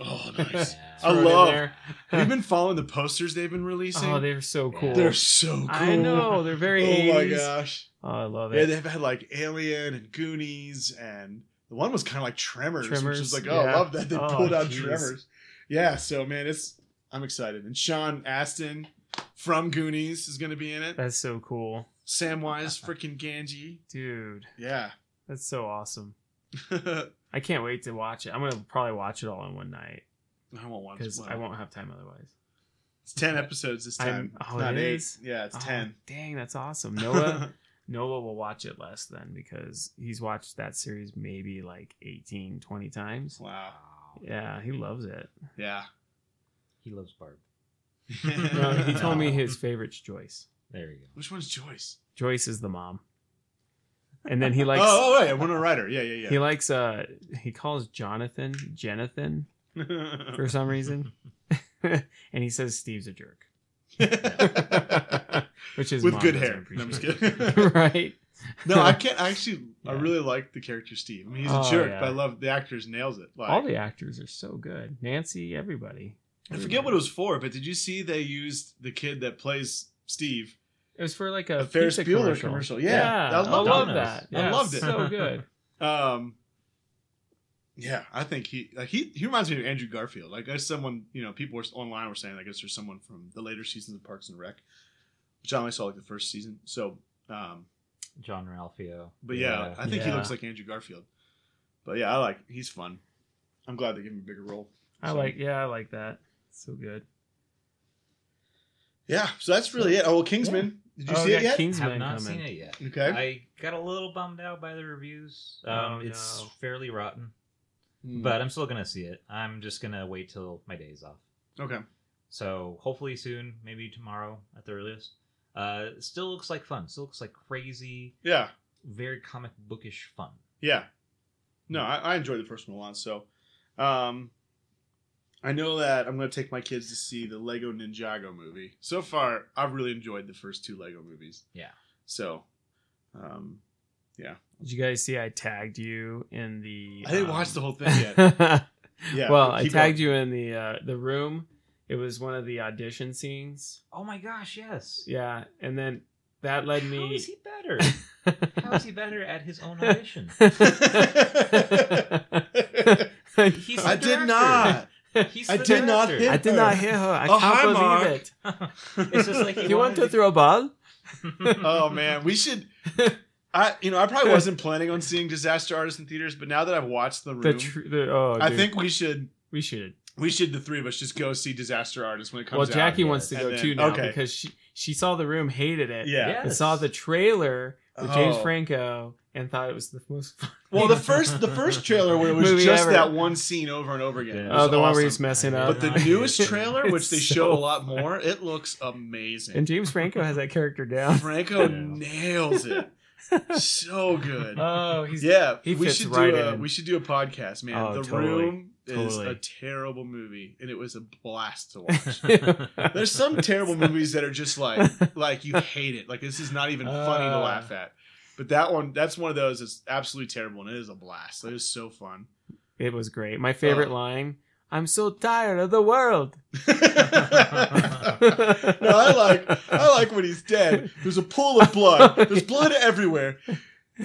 Speaker 2: Oh,
Speaker 1: (laughs)
Speaker 2: (laughs) nice.
Speaker 3: Yeah.
Speaker 2: I
Speaker 1: Throw it in
Speaker 2: love-
Speaker 1: there.
Speaker 2: Have you been following the posters they've been releasing?
Speaker 1: oh, they're so cool.
Speaker 2: They're so cool.
Speaker 1: I know they're very.
Speaker 2: Oh my
Speaker 1: 80s.
Speaker 2: gosh.
Speaker 1: Oh, I love
Speaker 2: Yeah,
Speaker 1: it.
Speaker 2: they've had like Alien and Goonies, and the one was kind of like Tremors, which
Speaker 1: Tremors,
Speaker 2: is like, oh, I
Speaker 1: yeah.
Speaker 2: love that they
Speaker 1: Oh,
Speaker 2: pulled out
Speaker 1: jeez.
Speaker 2: Tremors. Yeah, so man, it's I'm excited. And Sean Astin from Goonies is going to be in it.
Speaker 1: That's so cool,
Speaker 2: Samwise, freaking Ganji.
Speaker 1: dude.
Speaker 2: Yeah. (laughs)
Speaker 1: That's so awesome.
Speaker 2: I
Speaker 1: I can't wait to watch it. I'm gonna probably watch it all in one night
Speaker 2: won't want to.
Speaker 1: because I won't have time otherwise.
Speaker 2: It's ten episodes this time.
Speaker 1: I'm-
Speaker 2: It's
Speaker 1: oh,
Speaker 2: not
Speaker 1: it
Speaker 2: eight.
Speaker 1: is?
Speaker 2: Yeah, it's
Speaker 1: Oh,
Speaker 2: ten.
Speaker 1: Dang, that's
Speaker 2: (laughs)
Speaker 1: awesome. (laughs) Noah, Noah will watch it less then because he's watched that series maybe like 18, 20 times.
Speaker 2: wow.
Speaker 3: Wow.
Speaker 1: Yeah, he loves
Speaker 2: (laughs)
Speaker 1: it.
Speaker 2: Yeah.
Speaker 3: He loves Barb.
Speaker 1: No, he told me his favorite's Joyce.
Speaker 3: There you go.
Speaker 2: (laughs) Which one's Joyce?
Speaker 1: Joyce is the mom. And
Speaker 2: (laughs)
Speaker 1: then he likes
Speaker 2: oh, oh, wait, I'm a writer. Yeah, yeah,
Speaker 1: he
Speaker 2: yeah.
Speaker 1: likes uh he calls Jonathan Jonathan
Speaker 2: (laughs)
Speaker 1: for some reason. (laughs) and he says Steve's a jerk. Which is
Speaker 2: With
Speaker 1: mom
Speaker 2: good
Speaker 1: doesn't
Speaker 2: hair. No, I'm just
Speaker 1: appreciate.
Speaker 2: kidding.
Speaker 1: (laughs)
Speaker 2: (laughs)
Speaker 1: right?
Speaker 2: no, I can't. I actually, I
Speaker 1: Yeah.
Speaker 2: really like the character Steve. I mean, he's a
Speaker 1: Oh,
Speaker 2: jerk,
Speaker 1: yeah.
Speaker 2: but I love the actors nails it. Like,
Speaker 1: All the actors are so good. Nancy, everybody.
Speaker 2: I forget what it was for, but did you see they used the kid that plays Steve
Speaker 1: It was for like a,
Speaker 2: A Ferris
Speaker 1: pizza
Speaker 2: Bueller
Speaker 1: commercial.
Speaker 2: commercial. Yeah.
Speaker 1: I
Speaker 2: I
Speaker 1: love,
Speaker 2: loved
Speaker 3: it.
Speaker 1: that.
Speaker 2: I
Speaker 1: Yeah,
Speaker 2: loved it.
Speaker 1: So
Speaker 2: (laughs)
Speaker 1: good.
Speaker 2: Um, yeah, I think he like he he reminds me of Andrew Garfield. Like as someone you know, people were online were saying I guess there's someone from the later seasons of Parks and Rec, which I only saw like the first season. So, um,
Speaker 3: John Ralphio. uh,
Speaker 2: but yeah, I think he
Speaker 1: Yeah.
Speaker 2: looks like Andrew Garfield. But yeah, I like he's fun. I'm glad they gave him a bigger role.
Speaker 1: I
Speaker 2: So-
Speaker 1: like. Yeah, I like that. So good.
Speaker 2: Yeah, so that's really it. Oh, well, Kingsman. Did you
Speaker 1: oh,
Speaker 2: see
Speaker 1: yeah,
Speaker 2: it yet?
Speaker 1: Kingsman
Speaker 3: have not
Speaker 1: coming.
Speaker 3: seen it yet.
Speaker 2: okay.
Speaker 3: I got a little bummed out by the reviews. Um,
Speaker 1: Oh,
Speaker 3: it's
Speaker 1: no.
Speaker 3: fairly rotten,
Speaker 2: Hmm.
Speaker 3: but I'm still gonna see it. I'm just gonna wait till my day's off.
Speaker 2: okay.
Speaker 3: So hopefully soon, maybe tomorrow at the earliest. Uh, it still looks like fun. Still looks like crazy,
Speaker 2: Yeah.
Speaker 3: very comic bookish fun.
Speaker 2: Yeah. No, I, I enjoyed the first one a lot. So, um, I know that I'm going to take my kids to see the Lego Ninjago movie. So far, I've really enjoyed the first two Lego movies.
Speaker 3: Yeah.
Speaker 2: So, um,
Speaker 1: Did you guys see? I tagged you in the.
Speaker 2: I didn't
Speaker 1: um,
Speaker 2: watch the whole thing yet. (laughs) Yeah.
Speaker 1: well, I
Speaker 2: keep
Speaker 1: tagged
Speaker 2: up.
Speaker 1: you in the uh, the room. It was one of the audition scenes.
Speaker 3: Oh my gosh, yes.
Speaker 1: Yeah, and then that led
Speaker 3: How
Speaker 1: me. (laughs)
Speaker 3: is he better? (laughs) How is he better at his own audition? He's
Speaker 2: I did not.
Speaker 3: (laughs) He's
Speaker 2: I
Speaker 3: the
Speaker 2: did not
Speaker 3: director.
Speaker 1: I did not hear her. I
Speaker 2: Oh,
Speaker 1: can't
Speaker 2: hi,
Speaker 1: believe
Speaker 2: Mark.
Speaker 1: it.
Speaker 3: (laughs) It's just like he
Speaker 1: You want
Speaker 3: wanted
Speaker 1: to throw a ball?
Speaker 2: (laughs)
Speaker 3: (laughs)
Speaker 2: oh man, we should. I you know I probably wasn't planning on seeing Disaster Artist in theaters, but now that I've watched the room,
Speaker 1: The tr- the, oh,
Speaker 2: I
Speaker 1: dude,
Speaker 2: think we should
Speaker 1: we should.
Speaker 2: we should the three of us just go see Disaster Artist when it comes
Speaker 1: Well,
Speaker 2: out.
Speaker 1: Jackie
Speaker 3: yeah,
Speaker 1: wants to
Speaker 2: and
Speaker 1: go
Speaker 2: then-
Speaker 1: too now
Speaker 2: okay.
Speaker 1: because she she saw the room, hated it,
Speaker 2: Yeah.
Speaker 1: and saw
Speaker 3: (laughs)
Speaker 1: the trailer with James
Speaker 2: Oh.
Speaker 1: Franco and thought it was the most. Fun
Speaker 2: Well, the first the first trailer where it was
Speaker 1: Movie
Speaker 2: just
Speaker 1: ever.
Speaker 2: that one scene over and over again. It
Speaker 3: Yeah.
Speaker 1: Oh,
Speaker 2: was
Speaker 1: the one where
Speaker 2: awesome.
Speaker 1: he's messing
Speaker 3: I
Speaker 1: up.
Speaker 2: But
Speaker 1: (laughs)
Speaker 2: the newest trailer, which
Speaker 1: It's
Speaker 2: they
Speaker 1: so
Speaker 2: show a lot
Speaker 1: fun.
Speaker 2: more, it looks amazing.
Speaker 1: and James Franco has that character
Speaker 2: (laughs)
Speaker 1: down.
Speaker 2: Franco
Speaker 3: Yeah.
Speaker 2: nails it. So good.
Speaker 1: Oh, he's (laughs)
Speaker 2: yeah,
Speaker 1: he
Speaker 2: we
Speaker 1: fits
Speaker 2: should
Speaker 1: right
Speaker 2: do a
Speaker 1: in.
Speaker 2: we should do a podcast, man.
Speaker 1: Oh,
Speaker 2: the
Speaker 1: totally.
Speaker 2: Room is
Speaker 1: Totally.
Speaker 2: a terrible movie, and it was a
Speaker 1: (laughs)
Speaker 2: blast to watch.
Speaker 1: yeah.
Speaker 2: There's some terrible movies that are just like like you hate it. Like this is not even funny to
Speaker 1: Uh.
Speaker 2: laugh at. But that one, that's one of those that's absolutely terrible, and it is a blast. It is so fun.
Speaker 1: It was great. My
Speaker 2: Uh,
Speaker 1: favorite line: "I'm so tired of the world."
Speaker 2: (laughs) no, I like I like when he's dead. There's a pool of blood. There's blood everywhere.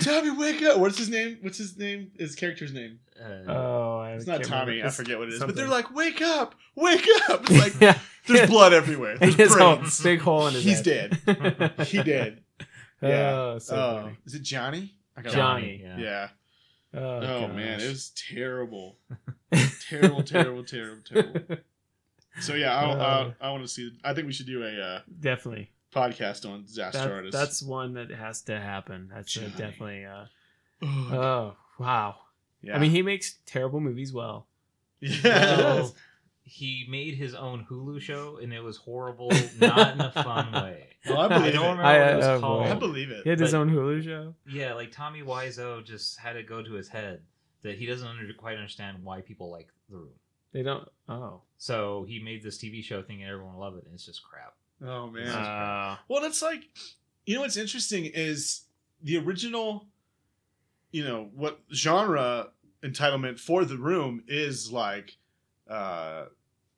Speaker 2: Tommy, wake up! What's his name? What's his name? His character's name?
Speaker 3: Uh,
Speaker 1: (laughs) Oh, I
Speaker 2: It's not
Speaker 1: can't
Speaker 2: Tommy.
Speaker 1: remember.
Speaker 2: I forget what it is. But they're
Speaker 1: something.
Speaker 2: like, wake up, wake up! It's like
Speaker 1: (laughs) yeah,
Speaker 2: there's blood everywhere. There's
Speaker 1: his whole
Speaker 2: brains.
Speaker 1: big hole in his
Speaker 2: He's
Speaker 1: head.
Speaker 2: dead.
Speaker 1: (laughs)
Speaker 2: He did.
Speaker 1: Oh,
Speaker 2: Yeah.
Speaker 1: so
Speaker 2: Oh,
Speaker 1: funny.
Speaker 2: is it Johnny? I got
Speaker 1: Johnny.
Speaker 2: it. Yeah.
Speaker 1: Oh,
Speaker 2: Oh
Speaker 1: gosh.
Speaker 2: man, it was
Speaker 1: (laughs)
Speaker 2: terrible. terrible, terrible, terrible, terrible. So yeah, I
Speaker 1: Uh.
Speaker 2: I, I want to see. I think we should do a uh,
Speaker 1: definitely.
Speaker 2: podcast on disaster
Speaker 1: That-
Speaker 2: artists. (sighs)
Speaker 1: that's one that has to happen. That's uh,
Speaker 2: Johnny.
Speaker 1: definitely. Uh,
Speaker 2: Ugh.
Speaker 1: oh wow!
Speaker 2: yeah.
Speaker 1: I mean, he makes terrible movies well.
Speaker 2: (laughs) yeah.
Speaker 1: does.
Speaker 3: So, he made his own Hulu show, and it was horrible, not in a (laughs) fun way.
Speaker 2: Well, I
Speaker 3: I
Speaker 2: believe
Speaker 3: don't
Speaker 2: it.
Speaker 3: remember
Speaker 1: I,
Speaker 3: what it was
Speaker 1: uh,
Speaker 3: called.
Speaker 2: I believe it.
Speaker 1: He had his
Speaker 3: But-
Speaker 1: own Hulu show.
Speaker 3: Yeah, like Tommy Wiseau just had it go to his head that he doesn't under, quite understand why people like The Room.
Speaker 1: They don't. Oh,
Speaker 3: So he made this TV show thinking everyone will love it, and it's just crap.
Speaker 2: Oh man.
Speaker 3: Yeah.
Speaker 1: Uh,
Speaker 2: well, that's like, you know, what's interesting is the original, you know, what genre entitlement for the room is like, uh,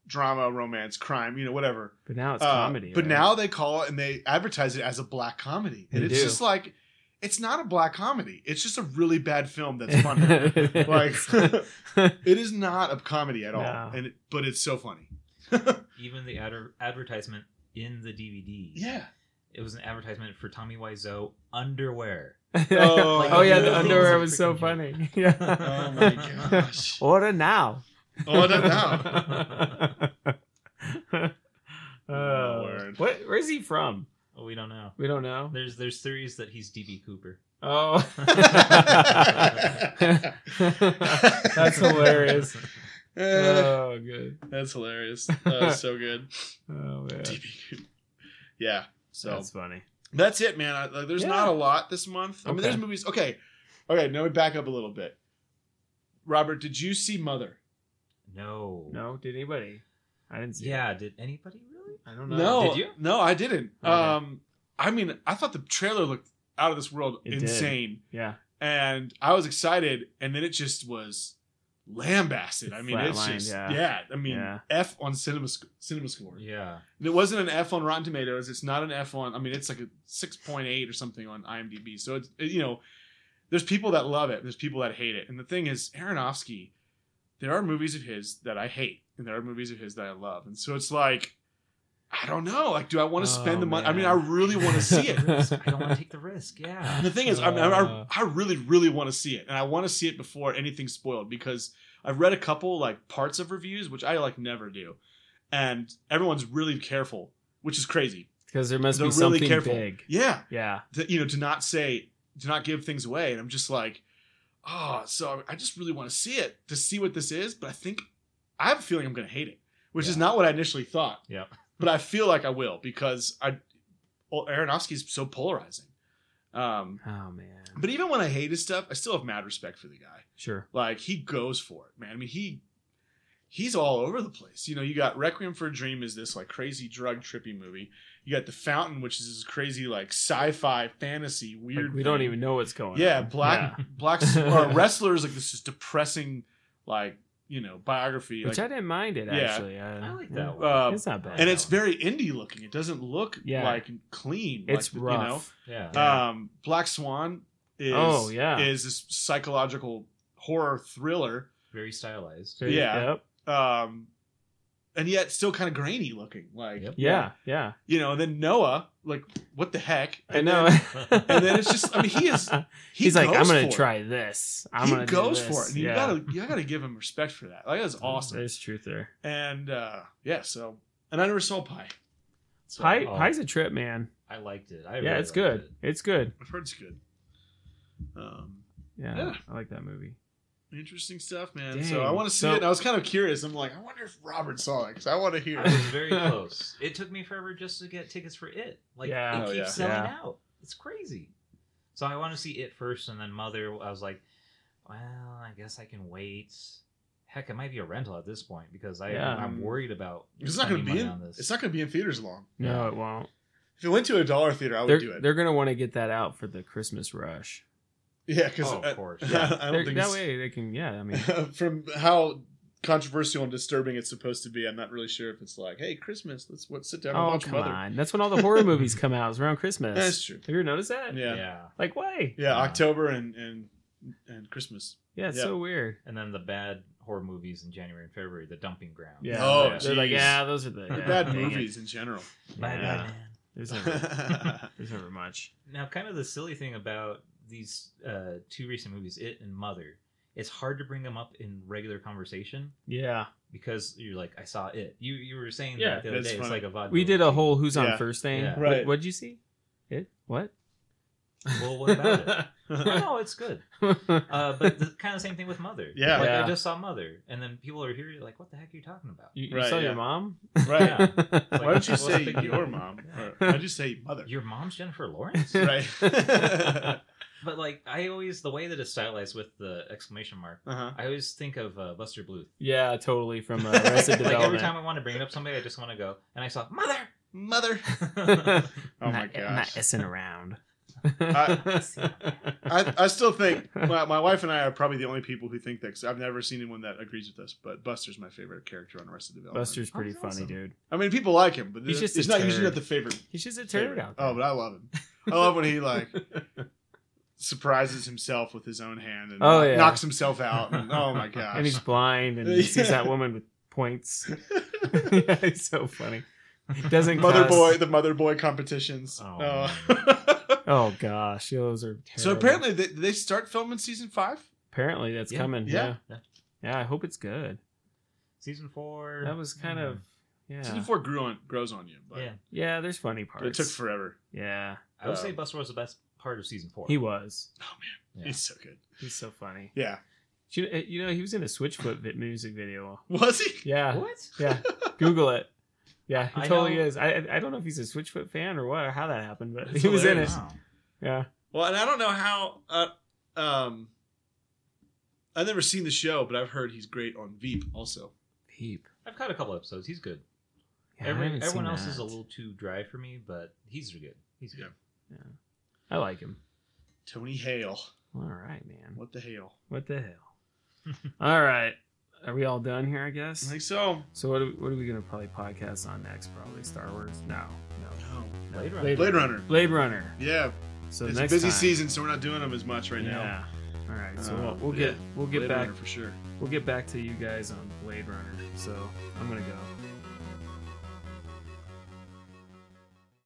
Speaker 2: drama, romance, crime, you know, whatever.
Speaker 1: but now it's
Speaker 2: Uh,
Speaker 1: comedy.
Speaker 2: But
Speaker 1: right?
Speaker 2: now they call it and they advertise it as a black comedy, and
Speaker 1: They
Speaker 2: it's
Speaker 1: do.
Speaker 2: just like, it's not a black comedy. It's just a really bad film
Speaker 1: (laughs)
Speaker 2: that's funny. like it is not a comedy at all
Speaker 1: No.
Speaker 2: and it, but it's so funny
Speaker 3: Even the adver- advertisement in the DVD,
Speaker 2: yeah
Speaker 3: it was an advertisement for Tommy Wiseau underwear.
Speaker 2: Oh,
Speaker 1: oh yeah, the
Speaker 2: yeah.
Speaker 1: underwear was so
Speaker 3: Freaking-
Speaker 1: funny. (laughs) Yeah.
Speaker 2: oh (laughs) my gosh
Speaker 1: (laughs) Order now.
Speaker 2: oh i don't (laughs) know
Speaker 1: (laughs) Uh,
Speaker 2: Lord.
Speaker 1: what? Where's he from?
Speaker 3: Oh, we don't know.
Speaker 1: We don't know.
Speaker 3: There's there's theories that he's DB Cooper.
Speaker 2: (laughs)
Speaker 1: Oh, (laughs) that's
Speaker 2: (laughs)
Speaker 1: hilarious.
Speaker 2: Eh,
Speaker 1: Oh, good.
Speaker 2: that's hilarious uh, so (laughs) good
Speaker 1: Oh man,
Speaker 2: DB. yeah so
Speaker 1: that's
Speaker 2: that's,
Speaker 1: funny.
Speaker 2: it man I, like, there's
Speaker 1: Yeah.
Speaker 2: not a lot this month i mean
Speaker 1: Okay.
Speaker 2: there's movies okay okay now we back up a little bit robert did you see mother
Speaker 3: No.
Speaker 1: No, did anybody? I didn't see.
Speaker 3: Yeah. Did anybody really?
Speaker 1: it. I don't know.
Speaker 2: no
Speaker 3: Did you?
Speaker 2: no i didn't
Speaker 1: Okay.
Speaker 2: um i mean i thought the trailer looked out of this world
Speaker 1: It did.
Speaker 2: insane
Speaker 1: Yeah.
Speaker 2: and I was excited, and then it just was lambasted. I mean, it's
Speaker 1: Flatlined,
Speaker 2: just yeah.
Speaker 1: yeah.
Speaker 2: I mean,
Speaker 1: Yeah.
Speaker 2: F on cinema Sc- cinema score. (laughs)
Speaker 3: Yeah.
Speaker 2: And it wasn't an F on Rotten Tomatoes. It's not an F on. I mean, it's like a six point eight or something on IMDb. So it's it- you know, there's people that love it. There's people that hate it. And the thing is, Aronofsky, there are movies of his that I hate, and there are movies of his that I love. And so it's like, I don't know. Like, do I want to spend
Speaker 3: Oh,
Speaker 2: the money? I mean, I
Speaker 3: man.
Speaker 2: really want to see it.
Speaker 3: Risk. I don't want to take the risk. Yeah.
Speaker 2: And the thing is, I, mean, I,
Speaker 3: (laughs) Uh,
Speaker 2: I really, really want to see it, and I want to see it before anything's spoiled because I've read a couple like parts of reviews, which I like never do, and everyone's really careful, which is crazy.
Speaker 1: because there must
Speaker 2: They're
Speaker 1: be
Speaker 2: really
Speaker 1: something
Speaker 2: careful.
Speaker 1: big.
Speaker 2: Yeah,
Speaker 1: Yeah,
Speaker 2: to, you know, to not say, to not give things away, and I'm just like, oh, so I just really want to see it to see what this is, but I think I have a feeling I'm going to hate it, which is
Speaker 3: Yeah.
Speaker 2: not what I initially thought.
Speaker 3: Yep.
Speaker 2: but I feel like I will because I, well, Aronofsky's so polarizing. Um,
Speaker 1: Oh man,
Speaker 2: but even when I hate his stuff, I still have mad respect for the guy.
Speaker 1: sure.
Speaker 2: Like he goes for it, man. I mean, he he's all over the place. You know, you got Requiem for a Dream is this like crazy drug trippy movie. You got The Fountain, which is this crazy like sci-fi fantasy weird.
Speaker 1: Like, we don't
Speaker 2: thing.
Speaker 1: even know what's going.
Speaker 2: Yeah,
Speaker 1: on.
Speaker 2: black (laughs) black or wrestlers like this is depressing like you know biography. (laughs)
Speaker 1: which I
Speaker 2: like,
Speaker 1: didn't mind it
Speaker 2: Yeah.
Speaker 1: actually. mm. I,
Speaker 3: I like that one.
Speaker 2: uh,
Speaker 1: It's not bad.
Speaker 2: and it's very indie looking. It doesn't look
Speaker 1: Yeah.
Speaker 2: like clean.
Speaker 1: It's
Speaker 2: like,
Speaker 1: rough.
Speaker 2: You know?
Speaker 3: yeah.
Speaker 1: Yeah.
Speaker 2: Um, Black Swan is
Speaker 1: Oh, yeah.
Speaker 2: is this psychological horror thriller,
Speaker 3: Very stylized.
Speaker 1: Very-
Speaker 2: yeah.
Speaker 1: Yep.
Speaker 2: um, and yet still kind of grainy looking. Like
Speaker 3: Yep.
Speaker 1: Yeah. Yeah.
Speaker 2: you know. And then Noah, like what the heck?
Speaker 1: I
Speaker 2: And
Speaker 1: know. (laughs)
Speaker 2: then and then it's just- I mean, he is- he
Speaker 1: He's like,
Speaker 2: goes
Speaker 1: I'm
Speaker 2: for
Speaker 1: gonna
Speaker 2: it.
Speaker 1: try this. I'm
Speaker 2: he
Speaker 1: gonna do
Speaker 2: goes
Speaker 1: this."
Speaker 2: for it. And You
Speaker 1: Yeah.
Speaker 2: gotta you gotta give him respect for that. Like that's awesome.
Speaker 1: There's truth there.
Speaker 2: And uh, yeah, so and I never saw Pie. So,
Speaker 1: Pie,
Speaker 3: Oh.
Speaker 1: pie's a trip, man.
Speaker 3: I liked it. I
Speaker 1: yeah,
Speaker 3: really
Speaker 1: it's
Speaker 3: liked
Speaker 1: good.
Speaker 3: it.
Speaker 1: It's good.
Speaker 2: I've heard it's good. Um,
Speaker 1: Yeah,
Speaker 2: Yeah.
Speaker 1: I like that movie.
Speaker 2: interesting stuff, man. So
Speaker 1: Dang.
Speaker 2: I want to see
Speaker 1: So-
Speaker 2: it. And I was kind of curious. I'm like, I wonder if Robert saw it because I want to hear.
Speaker 3: I
Speaker 2: it.
Speaker 1: (laughs)
Speaker 3: was very close. It took me forever just to get tickets for it. Like
Speaker 1: Yeah.
Speaker 3: it
Speaker 2: Oh,
Speaker 3: keeps
Speaker 2: yeah.
Speaker 3: selling
Speaker 1: Yeah.
Speaker 3: out. It's crazy. So I want to see it first, and then Mother. I was like, well, I guess I can wait. Heck, it might be a rental at this point because I,
Speaker 1: Yeah.
Speaker 3: I'm worried about.
Speaker 2: It's not going to
Speaker 3: spending
Speaker 2: be
Speaker 3: money
Speaker 2: in. It's not going to be in theaters long.
Speaker 1: No, it won't.
Speaker 2: If it went to a dollar theater, I would
Speaker 1: They're,
Speaker 2: do it.
Speaker 1: they're gonna want to get that out for the Christmas rush.
Speaker 2: yeah, because
Speaker 3: Oh,
Speaker 2: (laughs)
Speaker 3: of course, yeah.
Speaker 2: I,
Speaker 1: They're-
Speaker 2: I don't think
Speaker 1: that
Speaker 2: it's-
Speaker 1: way they can. Yeah, I
Speaker 2: (laughs)
Speaker 1: mean,
Speaker 3: (laughs)
Speaker 2: from how controversial and disturbing it's supposed to be. I'm not really sure if it's like, hey, Christmas, let's what sit down and
Speaker 1: oh
Speaker 2: watch
Speaker 1: come
Speaker 2: Mother.
Speaker 1: on, that's when all the horror movies come out.
Speaker 2: (laughs)
Speaker 1: It's around Christmas.
Speaker 2: That's true.
Speaker 1: Have you ever noticed that?
Speaker 2: Yeah.
Speaker 3: yeah.
Speaker 2: yeah,
Speaker 1: Like why?
Speaker 3: Yeah.
Speaker 2: October and and
Speaker 1: (laughs)
Speaker 2: and Christmas.
Speaker 1: Yeah, it's
Speaker 2: Yeah.
Speaker 1: so weird.
Speaker 3: And then the bad horror movies in January and February, the dumping ground.
Speaker 1: Yeah.
Speaker 2: Oh,
Speaker 1: they're like,
Speaker 2: jeez.
Speaker 1: yeah, those are the
Speaker 2: They're
Speaker 1: yeah,
Speaker 2: bad
Speaker 1: dang it.
Speaker 2: movies in general.
Speaker 3: My
Speaker 1: Yeah.
Speaker 3: bad, man.
Speaker 1: There's
Speaker 2: (laughs)
Speaker 1: never, there's never much.
Speaker 3: Now, kind of the silly thing about these uh, two recent movies, It and Mother, it's hard to bring them up in regular conversation
Speaker 1: Yeah,
Speaker 3: because you're like, I saw it. You you were saying
Speaker 1: Yeah,
Speaker 3: that the other
Speaker 2: that's
Speaker 3: day. It's
Speaker 2: funny.
Speaker 3: like a vaudeville
Speaker 1: we did a
Speaker 3: routine.
Speaker 1: whole who's
Speaker 2: Yeah.
Speaker 1: on first thing.
Speaker 3: Yeah.
Speaker 2: Right.
Speaker 1: What, what'd you see? It what?
Speaker 3: (laughs) Well, what
Speaker 1: (laughs)
Speaker 3: about it? no, no, it's good. Uh, but the, kind of same thing with Mother.
Speaker 2: Yeah.
Speaker 3: Like,
Speaker 1: Yeah.
Speaker 3: I just saw Mother, and then people are here like, what the heck are you talking about?
Speaker 1: (laughs) you, you
Speaker 2: Right,
Speaker 1: saw
Speaker 2: yeah.
Speaker 1: your mom?
Speaker 2: right.
Speaker 1: (laughs)
Speaker 3: Like,
Speaker 2: Why don't you
Speaker 3: what's the
Speaker 2: say
Speaker 3: big deal?
Speaker 2: your mom? Or why'd you say mother?
Speaker 3: Your mom's Jennifer Lawrence? (laughs)
Speaker 2: right. (laughs) uh
Speaker 3: But like, I always, the way that it's stylized with the exclamation mark,
Speaker 2: huh.
Speaker 3: I always think of uh, Buster Bluth.
Speaker 1: Yeah, totally.
Speaker 2: (laughs)
Speaker 1: From uh, Arrested
Speaker 3: Like every
Speaker 1: Development.
Speaker 3: time I want to bring it up somebody, I just want to go, and I saw Mother!
Speaker 1: (laughs)
Speaker 2: Mother. (laughs) Oh my
Speaker 1: Not- e, Not
Speaker 2: gosh.
Speaker 1: essing around.
Speaker 2: I, I still think my, my wife and I are probably the only people who think that 'cause I've never seen anyone that agrees with us. But Buster's my favorite character on Arrested Development.
Speaker 1: Buster's pretty
Speaker 3: Oh,
Speaker 1: funny,
Speaker 3: that's awesome.
Speaker 1: dude.
Speaker 2: I mean, people like him, but
Speaker 1: He's
Speaker 2: he's,
Speaker 1: just a
Speaker 2: he's not usually not
Speaker 1: turd.
Speaker 2: the favorite.
Speaker 1: He's just a turd
Speaker 2: favorite.
Speaker 1: out there.
Speaker 2: Oh, but I love him. I love when he like surprises himself with his own hand and
Speaker 1: Oh,
Speaker 2: kno-
Speaker 1: yeah.
Speaker 2: knocks himself out. And, oh my
Speaker 1: (laughs)
Speaker 2: gosh!
Speaker 1: and he's blind and he sees that woman with
Speaker 2: (laughs)
Speaker 1: points. (laughs) yeah, he's so funny. Doesn't
Speaker 2: mother
Speaker 1: cuss.
Speaker 2: boy, the mother boy competitions.
Speaker 3: Oh,
Speaker 2: Oh. (laughs)
Speaker 1: Oh gosh, those are. Terrible.
Speaker 2: so apparently, they, they start filming season five.
Speaker 1: apparently that's
Speaker 3: Yeah.
Speaker 1: coming.
Speaker 2: Yeah.
Speaker 1: Yeah.
Speaker 3: Yeah.
Speaker 1: yeah, I hope it's good.
Speaker 3: Season four. Mm.
Speaker 1: That was kind of. Yeah.
Speaker 2: Season four grew on grows on you, but
Speaker 3: Yeah.
Speaker 1: Yeah, there's funny
Speaker 2: but it
Speaker 1: parts.
Speaker 2: took forever.
Speaker 1: yeah,
Speaker 3: I would say
Speaker 2: Um,
Speaker 3: Buster was the best part of season four.
Speaker 1: he was.
Speaker 3: Yeah.
Speaker 2: He's so good.
Speaker 1: He's so funny.
Speaker 2: Yeah, (laughs)
Speaker 1: You you know he was in a Switchfoot vi- music video.
Speaker 2: was he?
Speaker 1: Yeah.
Speaker 3: What?
Speaker 2: (laughs)
Speaker 1: Yeah, Google it. Yeah, he
Speaker 3: I
Speaker 1: totally
Speaker 3: know-
Speaker 1: is. I I- I don't know if he's a Switchfoot fan or what or how that happened, but
Speaker 2: That's
Speaker 1: he was in it.
Speaker 2: hilarious.
Speaker 3: Wow.
Speaker 1: Yeah,
Speaker 2: Well, and I don't know how. Uh, um, I've never seen the show, but I've heard he's great on Veep also.
Speaker 1: peep.
Speaker 3: I've caught a couple episodes. He's good.
Speaker 1: Yeah, I
Speaker 3: Every-
Speaker 1: haven't
Speaker 3: everyone
Speaker 1: seen
Speaker 3: else is
Speaker 1: that.
Speaker 3: a little too dry for me, but he's good. He's good.
Speaker 1: I like him.
Speaker 2: Tony Hale.
Speaker 1: All right, man. What,
Speaker 2: What the hell?
Speaker 1: the hell?
Speaker 2: (laughs)
Speaker 1: all right. Are we all done here? I
Speaker 2: I
Speaker 1: guess.
Speaker 2: think so.
Speaker 1: So what are we, what are we gonna probably podcast on next? Probably Star Wars. No, no.
Speaker 2: Oh,
Speaker 1: no.
Speaker 3: Blade Runner.
Speaker 2: Blade Runner.
Speaker 1: Blade Runner.
Speaker 2: Yeah,
Speaker 1: So
Speaker 2: it's a
Speaker 1: next
Speaker 2: busy
Speaker 1: time.
Speaker 2: season, so we're not doing them as much right now.
Speaker 1: Yeah. All right. So
Speaker 2: Uh,
Speaker 1: we'll, we'll
Speaker 2: yeah.
Speaker 1: get we'll get
Speaker 2: Blade
Speaker 1: back
Speaker 2: Runner for sure.
Speaker 1: we'll get back to you guys on Blade Runner. So I'm gonna go.